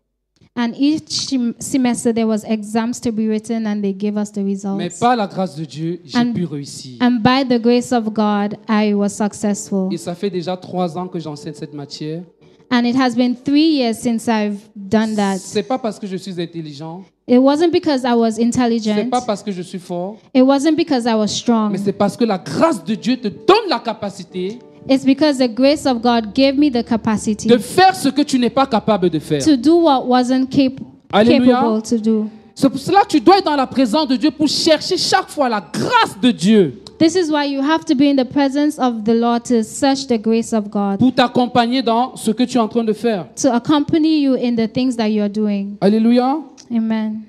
Speaker 6: And each sem- semester there was exams to be written and they gave us the
Speaker 5: Mais
Speaker 6: results.
Speaker 5: par la grâce de Dieu, j'ai
Speaker 6: And-
Speaker 5: pu réussir.
Speaker 6: And by the grace of God, I was successful.
Speaker 5: Et ça fait déjà trois ans que j'enseigne cette matière.
Speaker 6: And it has been three years since I've done that.
Speaker 5: C'est pas parce que je suis intelligent,
Speaker 6: It wasn't because I was
Speaker 5: c'est
Speaker 6: intelligent.
Speaker 5: pas parce que je suis fort,
Speaker 6: It wasn't because I was
Speaker 5: mais
Speaker 6: strong.
Speaker 5: c'est parce que la grâce de Dieu te donne la capacité
Speaker 6: It's because the grace of God gave me the capacity
Speaker 5: de faire ce que tu n'es pas capable de faire.
Speaker 6: to do what wasn't cap-
Speaker 5: Alléluia.
Speaker 6: capable to do.
Speaker 5: C'est pour cela que tu dois être dans la présence de Dieu pour chercher chaque fois la grâce de Dieu
Speaker 6: This is why you have to be in the presence of the Lord to search the grace of God,
Speaker 5: pour t'accompagner dans ce que tu es en train de faire.
Speaker 6: to accompany you in the things that you're doing.
Speaker 5: Alléluia.
Speaker 6: Amen.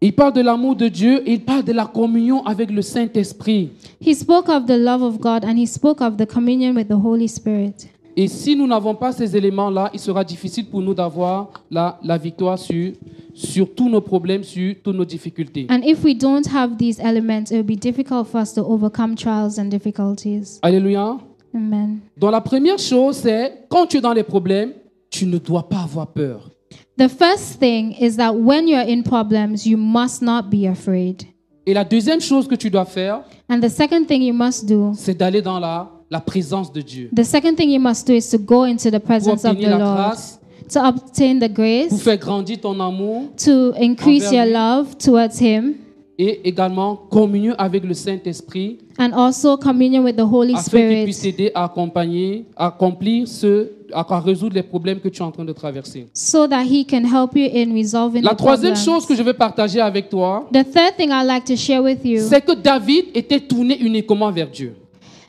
Speaker 5: Il parle de l'amour de Dieu, il parle de la communion avec le Saint-Esprit.
Speaker 6: He spoke of the love of God and he spoke of the communion with the Holy Spirit.
Speaker 5: Et si nous n'avons pas ces éléments-là, il sera difficile pour nous d'avoir la, la victoire sur, sur tous nos problèmes, sur toutes nos difficultés.
Speaker 6: And if we don't have these elements, it will be difficult for us to overcome trials and difficulties.
Speaker 5: Alléluia.
Speaker 6: Amen.
Speaker 5: Donc la première chose, c'est quand tu es dans les problèmes, tu ne dois pas avoir peur.
Speaker 6: The first thing is that when you're in problems, you must not be afraid.
Speaker 5: Et la deuxième chose que tu dois faire,
Speaker 6: And the second thing you must do,
Speaker 5: c'est d'aller dans la, la présence de Dieu
Speaker 6: the second thing you must do is to go into the
Speaker 5: pour
Speaker 6: presence of
Speaker 5: obtenir
Speaker 6: the
Speaker 5: la
Speaker 6: Lord,
Speaker 5: grâce,
Speaker 6: to obtain the
Speaker 5: pour
Speaker 6: grace,
Speaker 5: faire grandir ton amour
Speaker 6: to increase
Speaker 5: Envers
Speaker 6: your
Speaker 5: lui.
Speaker 6: love towards Him,
Speaker 5: et également communier avec le Saint-Esprit
Speaker 6: and also communion with the Holy
Speaker 5: afin qu'il
Speaker 6: Spirit.
Speaker 5: puisse t'aider à accompagner, à accomplir ce, à, à résoudre les problèmes que tu es en train de traverser.
Speaker 6: so that he can help you in resolving
Speaker 5: La
Speaker 6: the
Speaker 5: troisième
Speaker 6: problems.
Speaker 5: chose que je vais partager avec toi,
Speaker 6: the third thing I'd like to share with you
Speaker 5: c'est que David était tourné uniquement vers Dieu.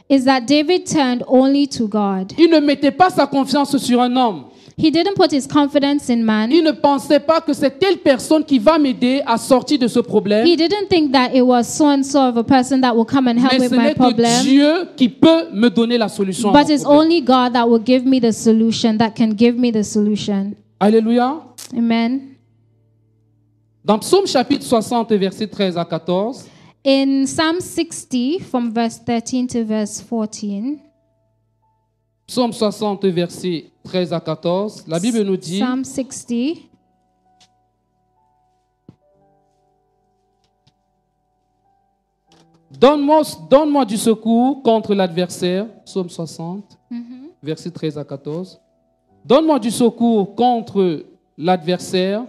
Speaker 6: is that David turned only to God.
Speaker 5: Il ne mettait pas sa confiance sur un homme.
Speaker 6: He didn't put his confidence in man.
Speaker 5: Il ne pensait pas que c'est telle personne qui va m'aider à sortir de ce problème.
Speaker 6: He didn't think that it was so and so of a person that will come and help
Speaker 5: Mais
Speaker 6: with
Speaker 5: ce
Speaker 6: my
Speaker 5: n'est que
Speaker 6: problem.
Speaker 5: Dieu qui peut me donner la solution. à
Speaker 6: But
Speaker 5: mon
Speaker 6: it's
Speaker 5: problème.
Speaker 6: only God that will give me the solution, that can give me the solution.
Speaker 5: Alléluia.
Speaker 6: Amen.
Speaker 5: Dans Psaume chapitre 60, verset 13 à 14,
Speaker 6: In Psalm 60, from verse 13 to verse 14,
Speaker 5: Psaume 60, verset 13 à 14, la Bible nous dit
Speaker 6: Psalm 60,
Speaker 5: Donne-moi donne-moi du secours contre l'adversaire. Psaume 60, verset 13 à 14. Donne-moi du secours contre l'adversaire.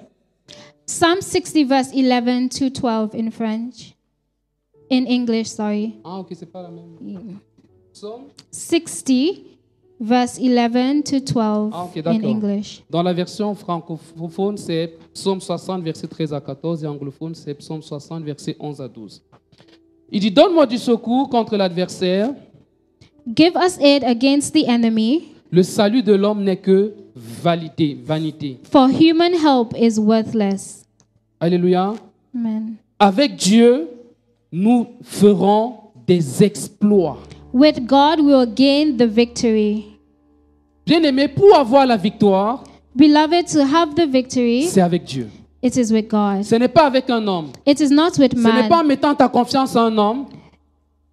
Speaker 6: Psalm 60, verse 11 to 12 in French, in English, sorry.
Speaker 5: Ah, ok, c'est pas la même. Psaume
Speaker 6: 60, verse 11 to 12
Speaker 5: Ah, ok,
Speaker 6: in
Speaker 5: d'accord.
Speaker 6: English.
Speaker 5: Dans la version francophone, c'est Psaume 60, verset 13 à 14, et anglophone, c'est Psaume 60, verset 11 à 12. Il dit, donne-moi du secours contre l'adversaire.
Speaker 6: Give us aid against the enemy,
Speaker 5: Le salut de l'homme n'est que validé, vanité.
Speaker 6: for human help is worthless.
Speaker 5: Alléluia.
Speaker 6: Amen.
Speaker 5: Avec Dieu, nous ferons des exploits.
Speaker 6: With God, we will gain the victory.
Speaker 5: Bien-aimé, pour avoir la victoire,
Speaker 6: Beloved, to have the victory,
Speaker 5: c'est avec Dieu.
Speaker 6: it is with God.
Speaker 5: Ce n'est pas avec un homme.
Speaker 6: It is not with
Speaker 5: Ce n'est pas en
Speaker 6: man.
Speaker 5: mettant ta confiance en un homme,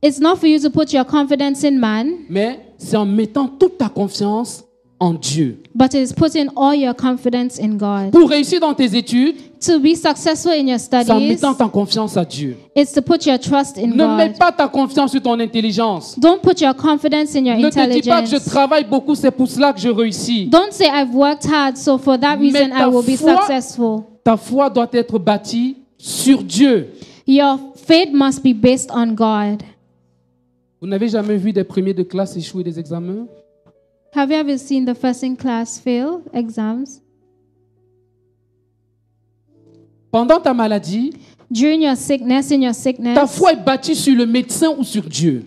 Speaker 6: It's not for you to put your confidence in man,
Speaker 5: mais c'est en mettant toute ta confiance en Dieu.
Speaker 6: but it is putting all your confidence in God.
Speaker 5: Pour réussir dans tes études,
Speaker 6: To be successful in your
Speaker 5: c'est en
Speaker 6: studies,
Speaker 5: mettant ta confiance à Dieu.
Speaker 6: it's to put your trust in
Speaker 5: Ne mets
Speaker 6: Oh God.
Speaker 5: pas ta confiance sur ton intelligence.
Speaker 6: Don't put your confidence in your
Speaker 5: Ne te dis pas que je
Speaker 6: intelligence.
Speaker 5: travaille beaucoup, c'est pour cela que je réussis.
Speaker 6: Don't say I've worked hard, so for that
Speaker 5: Mais
Speaker 6: reason
Speaker 5: ta
Speaker 6: I will be
Speaker 5: foi-
Speaker 6: successful.
Speaker 5: Ta foi doit être bâtie sur Dieu.
Speaker 6: Your faith must be based on God.
Speaker 5: Vous n'avez jamais vu des premiers de classe échouer des examens
Speaker 6: Have you ever seen the first in class fail exams?
Speaker 5: Pendant ta maladie,
Speaker 6: During your sickness, in your
Speaker 5: ta
Speaker 6: sickness,
Speaker 5: foi est bâtie sur le médecin ou sur Dieu.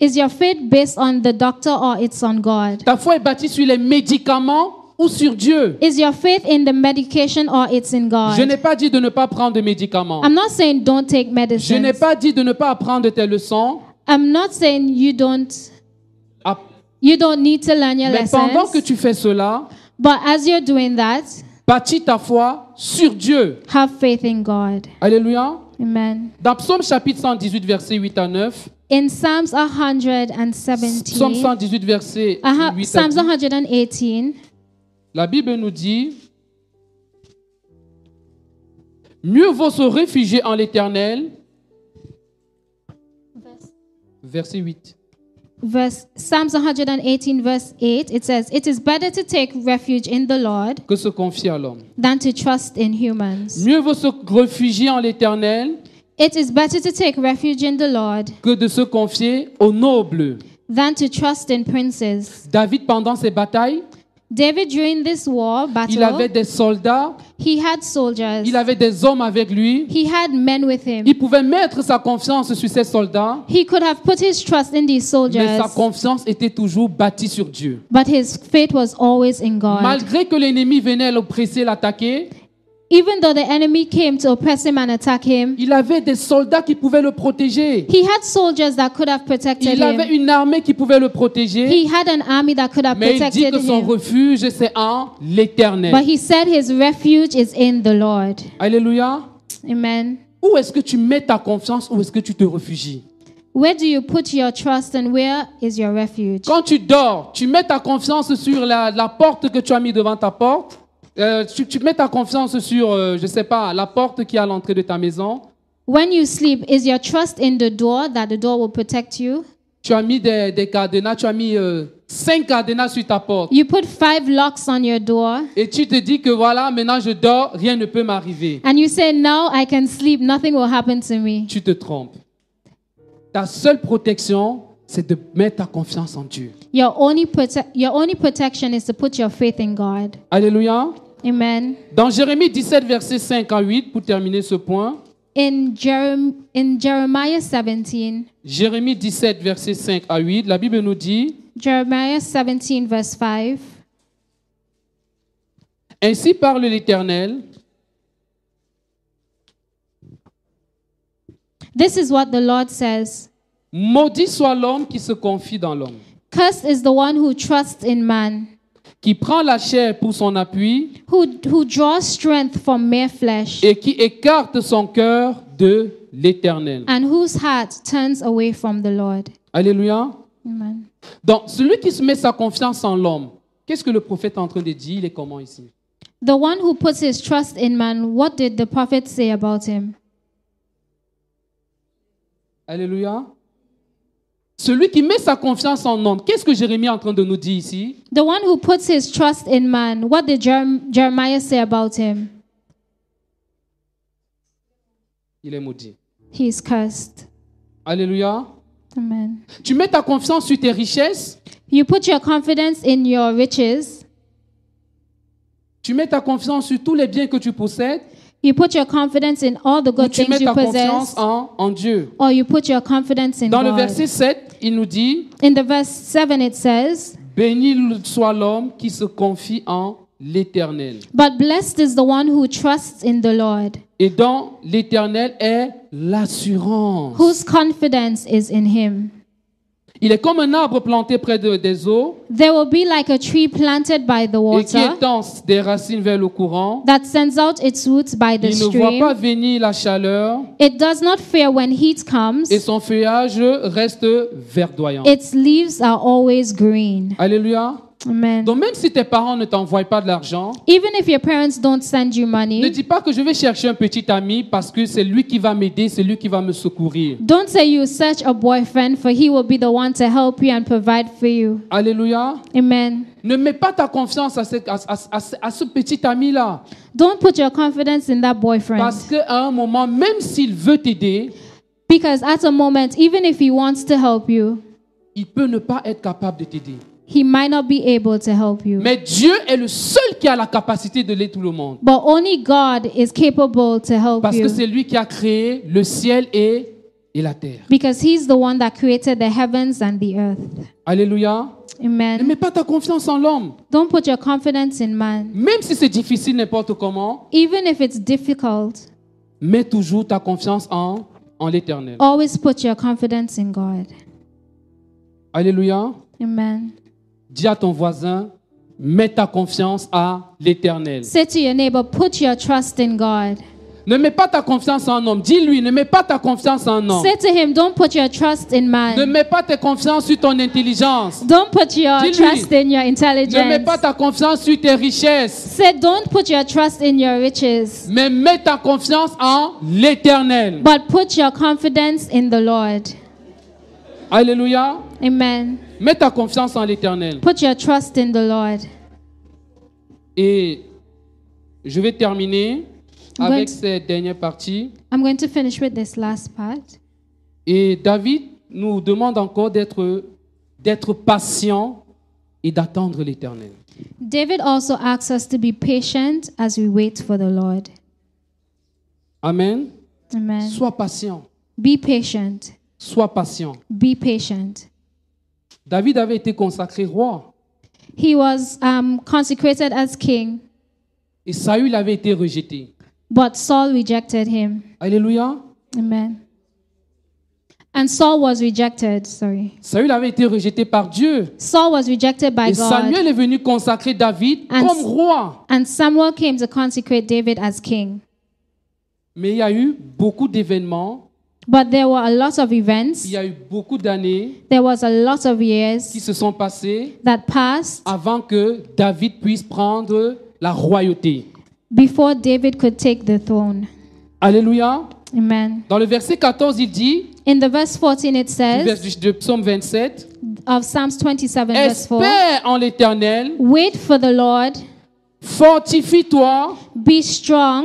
Speaker 6: is your faith based on the doctor or it's on God?
Speaker 5: Ta foi est bâtie sur les médicaments ou sur Dieu.
Speaker 6: Is your faith in the medication or it's in
Speaker 5: Je n'ai
Speaker 6: God?
Speaker 5: pas dit de ne pas prendre de médicaments.
Speaker 6: I'm not saying don't take
Speaker 5: Je n'ai
Speaker 6: medicine.
Speaker 5: pas dit de ne pas apprendre tes leçons.
Speaker 6: I'm not saying you don't
Speaker 5: Ah,
Speaker 6: you don't need to learn your
Speaker 5: Mais pendant que
Speaker 6: lessons.
Speaker 5: tu fais cela,
Speaker 6: But as you're doing that,
Speaker 5: bâtis ta foi sur Dieu.
Speaker 6: have faith in God.
Speaker 5: Alléluia.
Speaker 6: Amen.
Speaker 5: Dans Psaume chapitre 118, versets 8 à 9,
Speaker 6: In Psalms
Speaker 5: Psaume
Speaker 6: 117,
Speaker 5: 118, versets
Speaker 6: uh-huh,
Speaker 5: 8 à
Speaker 6: Psalms
Speaker 5: 10,
Speaker 6: 118,
Speaker 5: la Bible nous dit Mieux vaut se réfugier en l'éternel. Verset 8.
Speaker 6: verse Psalms 118 verse 8, it says, "It is better to take refuge in the Lord
Speaker 5: Que se confier à l'homme.
Speaker 6: than to trust in humans.
Speaker 5: Mieux vaut se réfugier en l'éternel
Speaker 6: It is better to take refuge in the Lord
Speaker 5: que de se confier aux nobles.
Speaker 6: than to trust in princes."
Speaker 5: David, pendant ses batailles,
Speaker 6: David during this war
Speaker 5: il avait
Speaker 6: battle,
Speaker 5: des soldats,
Speaker 6: he had soldiers.
Speaker 5: il avait des hommes avec lui.
Speaker 6: He had men with him.
Speaker 5: Il pouvait mettre sa confiance sur ses soldats,
Speaker 6: He could have put his trust in these
Speaker 5: mais
Speaker 6: soldiers,
Speaker 5: sa confiance était toujours bâtie sur Dieu.
Speaker 6: but his faith was always in God.
Speaker 5: Malgré que l'ennemi venait l'oppresser, l'attaquer,
Speaker 6: Even though the enemy came to oppress him and attack him,
Speaker 5: il avait des soldats qui pouvaient le protéger.
Speaker 6: he had soldiers that could have protected
Speaker 5: Il avait
Speaker 6: him.
Speaker 5: une armée qui pouvait le protéger,
Speaker 6: He had an army that could have
Speaker 5: mais il dit
Speaker 6: protected
Speaker 5: que son
Speaker 6: him.
Speaker 5: refuge, c'est en
Speaker 6: But
Speaker 5: l'éternel.
Speaker 6: he said his refuge is in the Lord.
Speaker 5: Alléluia.
Speaker 6: Amen.
Speaker 5: Où est-ce que tu mets ta confiance Où est-ce que tu te réfugies
Speaker 6: Where do you put your trust and where is your refuge?
Speaker 5: Quand tu dors, tu mets ta confiance sur la, la porte que tu as mis devant ta porte. Euh, tu, tu mets ta confiance sur, euh, je sais pas, la porte qui est à l'entrée de ta maison.
Speaker 6: When you sleep, is your trust in the door that the door will protect you?
Speaker 5: Tu as mis des, des cadenas, tu as mis euh, cinq cadenas sur ta porte.
Speaker 6: You put five locks on your door
Speaker 5: Et tu te dis que voilà, maintenant je dors, rien ne peut m'arriver.
Speaker 6: and you say, Now I can sleep, nothing will happen to me.
Speaker 5: Tu te trompes. Ta seule protection, c'est de mettre ta confiance en Dieu.
Speaker 6: Your only, prote- your only protection is to put your faith in God.
Speaker 5: Alléluia.
Speaker 6: Amen.
Speaker 5: Dans Jérémie 17, versets 5 à 8, pour terminer ce point.
Speaker 6: In, Jerem- in Jeremiah 17,
Speaker 5: Jérémie 17, versets 5 à 8, la Bible nous dit
Speaker 6: Jeremiah 17, verse 5,
Speaker 5: Ainsi parle l'Éternel,
Speaker 6: This is what the Lord says
Speaker 5: maudit soit l'homme qui se confie dans l'homme,
Speaker 6: Cursed is the one who trusts in man,
Speaker 5: qui prend la chair pour son appui
Speaker 6: who, who draws strength from mere flesh,
Speaker 5: et qui écarte son cœur de l'Éternel.
Speaker 6: and whose heart turns away from the Lord.
Speaker 5: Alléluia.
Speaker 6: Amen.
Speaker 5: Donc, celui qui se met sa confiance en l'homme, qu'est-ce que le prophète est en train de dire Il est comment ici
Speaker 6: The one who puts his trust in man, what did the prophet say about him?
Speaker 5: Alléluia. Celui qui met sa confiance en l'homme, qu'est-ce que Jérémie est en train de nous dire ici
Speaker 6: The one who puts his trust in man, what did Jerem- Jeremiah say about him?
Speaker 5: Il est maudit.
Speaker 6: He is cursed.
Speaker 5: Alléluia.
Speaker 6: Amen.
Speaker 5: Tu mets ta confiance sur tes richesses,
Speaker 6: You put your confidence in your riches,
Speaker 5: tu mets ta confiance sur tous les biens que tu possèdes,
Speaker 6: you put your confidence in all the
Speaker 5: ou
Speaker 6: good
Speaker 5: tu mets
Speaker 6: things
Speaker 5: ta
Speaker 6: you
Speaker 5: confiance
Speaker 6: possess,
Speaker 5: en, en Dieu.
Speaker 6: or you put your confidence in
Speaker 5: Dans le
Speaker 6: God.
Speaker 5: verset 7, il nous dit,
Speaker 6: In the verse 7, it says,
Speaker 5: Béni soit l'homme qui se confie en l'Éternel.
Speaker 6: But blessed is the one who trusts in the Lord,
Speaker 5: Et dans l'Éternel est l'assurance.
Speaker 6: whose confidence is in him.
Speaker 5: Il est comme un arbre planté près de- des eaux
Speaker 6: They will be like a tree planted by the
Speaker 5: et qui
Speaker 6: water
Speaker 5: étend des racines vers le courant.
Speaker 6: that sends out its roots by the
Speaker 5: Il ne voit
Speaker 6: stream.
Speaker 5: pas venir la chaleur
Speaker 6: It does not fear when heat comes.
Speaker 5: et son feuillage reste verdoyant.
Speaker 6: Its leaves are always green.
Speaker 5: Alléluia.
Speaker 6: Amen.
Speaker 5: Donc même si tes parents ne t'envoient pas de l'argent,
Speaker 6: Even if your parents don't send you
Speaker 5: ne
Speaker 6: money,
Speaker 5: dis pas que je vais chercher un petit ami parce que c'est lui qui va m'aider, c'est lui qui va me secourir.
Speaker 6: don't say you search a boyfriend, for he will be the one to help you and provide for you.
Speaker 5: Alléluia.
Speaker 6: Amen.
Speaker 5: Ne mets pas ta confiance à ce, à- à- à ce- à ce petit ami-là.
Speaker 6: Don't put your confidence in that boyfriend.
Speaker 5: Parce qu'à un moment, même s'il veut t'aider,
Speaker 6: Because at a moment, even if he wants to help you,
Speaker 5: il peut ne pas être capable de t'aider.
Speaker 6: he might not be able to help you.
Speaker 5: Mais Dieu est le seul qui a la capacité de l'aider tout le monde.
Speaker 6: But only God is capable to help
Speaker 5: Parce que
Speaker 6: you.
Speaker 5: c'est lui qui a créé le ciel et, et la terre.
Speaker 6: Because he's the one that created the heavens and the earth.
Speaker 5: Alléluia. Ne
Speaker 6: Amen.
Speaker 5: mets pas ta confiance en l'homme.
Speaker 6: Don't put your confidence in man.
Speaker 5: Même si c'est difficile n'importe comment,
Speaker 6: Even if it's difficult,
Speaker 5: mets toujours ta confiance en, en l'éternel.
Speaker 6: Always put your confidence in God.
Speaker 5: Alléluia.
Speaker 6: Amen.
Speaker 5: Dis à ton voisin, mets ta confiance à l'éternel.
Speaker 6: Say to your neighbor, put your trust in God.
Speaker 5: Ne mets pas ta confiance en homme. Dis-lui, ne mets pas ta confiance en homme.
Speaker 6: Say to him, don't put your trust in
Speaker 5: Ne
Speaker 6: man.
Speaker 5: mets pas ta confiance sur ton intelligence.
Speaker 6: Don't put your
Speaker 5: Dis-lui.
Speaker 6: trust in your
Speaker 5: Ne mets
Speaker 6: intelligence.
Speaker 5: pas ta confiance sur tes richesses.
Speaker 6: Say, don't put your trust in your riches,
Speaker 5: Mais mets ta confiance en l'éternel.
Speaker 6: but put your confidence in the Lord.
Speaker 5: Alléluia.
Speaker 6: Amen.
Speaker 5: Mets ta confiance en l'éternel.
Speaker 6: Put your trust in the Lord.
Speaker 5: Et je vais terminer
Speaker 6: Ouais.
Speaker 5: avec cette dernière partie.
Speaker 6: I'm going to finish with this last part.
Speaker 5: Et David nous demande encore d'être, d'être patient et d'attendre l'éternel.
Speaker 6: David also asks us to be patient as we wait for the Lord.
Speaker 5: Amen.
Speaker 6: Amen.
Speaker 5: Sois patient.
Speaker 6: Be patient.
Speaker 5: Sois patient.
Speaker 6: Be patient.
Speaker 5: David avait été consacré roi
Speaker 6: He was um, consecrated as king,
Speaker 5: et Saül avait été rejeté.
Speaker 6: but Saul rejected him.
Speaker 5: Alléluia.
Speaker 6: Amen. And Saul was rejected, sorry.
Speaker 5: Saül avait été rejeté par Dieu.
Speaker 6: Saul was rejected by
Speaker 5: Et
Speaker 6: God.
Speaker 5: Samuel est venu consacrer David
Speaker 6: And-
Speaker 5: comme roi.
Speaker 6: And Samuel came to consecrate David as king.
Speaker 5: Mais il y a eu beaucoup d'événements,
Speaker 6: But there were a lot of
Speaker 5: il
Speaker 6: events,
Speaker 5: y a eu beaucoup d'années
Speaker 6: there was a lot of
Speaker 5: qui
Speaker 6: years
Speaker 5: se sont passées
Speaker 6: that passed
Speaker 5: avant que David puisse prendre la royauté.
Speaker 6: before David could take the throne.
Speaker 5: Alléluia.
Speaker 6: Amen.
Speaker 5: Dans le verset 14, il dit,
Speaker 6: In the verse 14, it
Speaker 5: du vers-
Speaker 6: says
Speaker 5: du- de Psaume 27,
Speaker 6: of Psalms 27, verse 4
Speaker 5: Espère en l'Éternel,
Speaker 6: Wait for the Lord,
Speaker 5: fortifie-toi
Speaker 6: be strong,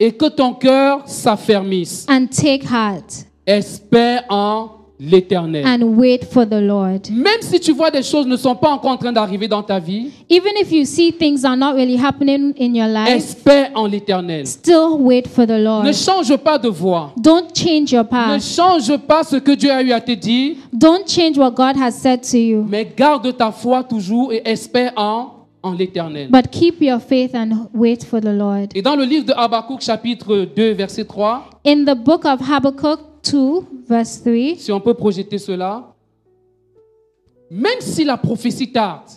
Speaker 5: et que ton cœur s'affermisse.
Speaker 6: and take heart.
Speaker 5: Espère en l'Éternel.
Speaker 6: and wait for the Lord.
Speaker 5: Même si tu vois des choses ne sont pas encore en train d'arriver dans ta vie,
Speaker 6: Even if you see things are not really happening in your life,
Speaker 5: espère en l'Éternel.
Speaker 6: still wait for the
Speaker 5: Ne
Speaker 6: Lord.
Speaker 5: change pas de voie.
Speaker 6: Don't change your
Speaker 5: Ne
Speaker 6: path.
Speaker 5: change pas ce que Dieu a eu à te dire,
Speaker 6: Don't change what God has said to you.
Speaker 5: mais garde ta foi toujours et espère en en l'éternel.
Speaker 6: But keep your faith and wait for the Lord.
Speaker 5: Et dans le livre de Habakkuk, chapitre 2, verset 3,
Speaker 6: In the book of Habakkuk 2, verse 3,
Speaker 5: si on peut projeter cela, même si la prophétie tarde,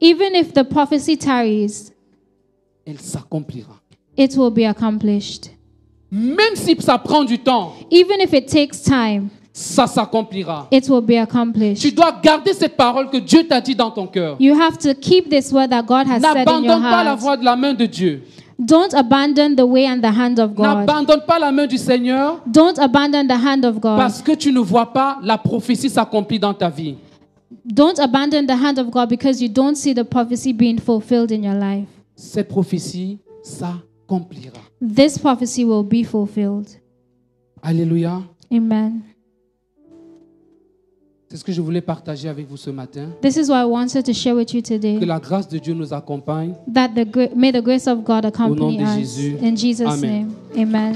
Speaker 6: even if the prophecy tarries,
Speaker 5: elle s'accomplira.
Speaker 6: it will be accomplished.
Speaker 5: Même si ça prend du temps,
Speaker 6: Even if it takes time,
Speaker 5: ça s'accomplira.
Speaker 6: it will be
Speaker 5: Tu
Speaker 6: accomplished.
Speaker 5: dois garder cette parole que Dieu t'a dit dans ton cœur.
Speaker 6: You have to keep this word that God has said in your
Speaker 5: N'abandonne pas la
Speaker 6: heart.
Speaker 5: voix de la main de Dieu.
Speaker 6: Don't abandon the way and the hand of God.
Speaker 5: N'abandonne pas la main du Seigneur
Speaker 6: Don't abandon the hand of God.
Speaker 5: parce que tu ne vois pas la prophétie s'accomplir dans ta vie.
Speaker 6: Don't abandon the hand of God because you don't see the prophecy being fulfilled in your life.
Speaker 5: Cette prophétie s'accomplira.
Speaker 6: This prophecy will be fulfilled.
Speaker 5: Alléluia.
Speaker 6: Amen.
Speaker 5: C'est ce que je voulais partager avec vous ce matin.
Speaker 6: This is what I wanted to share with you
Speaker 5: Que
Speaker 6: today.
Speaker 5: la grâce de Dieu nous accompagne.
Speaker 6: That the gra- may the grace of God
Speaker 5: nom
Speaker 6: accompany
Speaker 5: de
Speaker 6: us
Speaker 5: Jésus.
Speaker 6: in Jesus'
Speaker 5: Amen.
Speaker 6: name. Amen.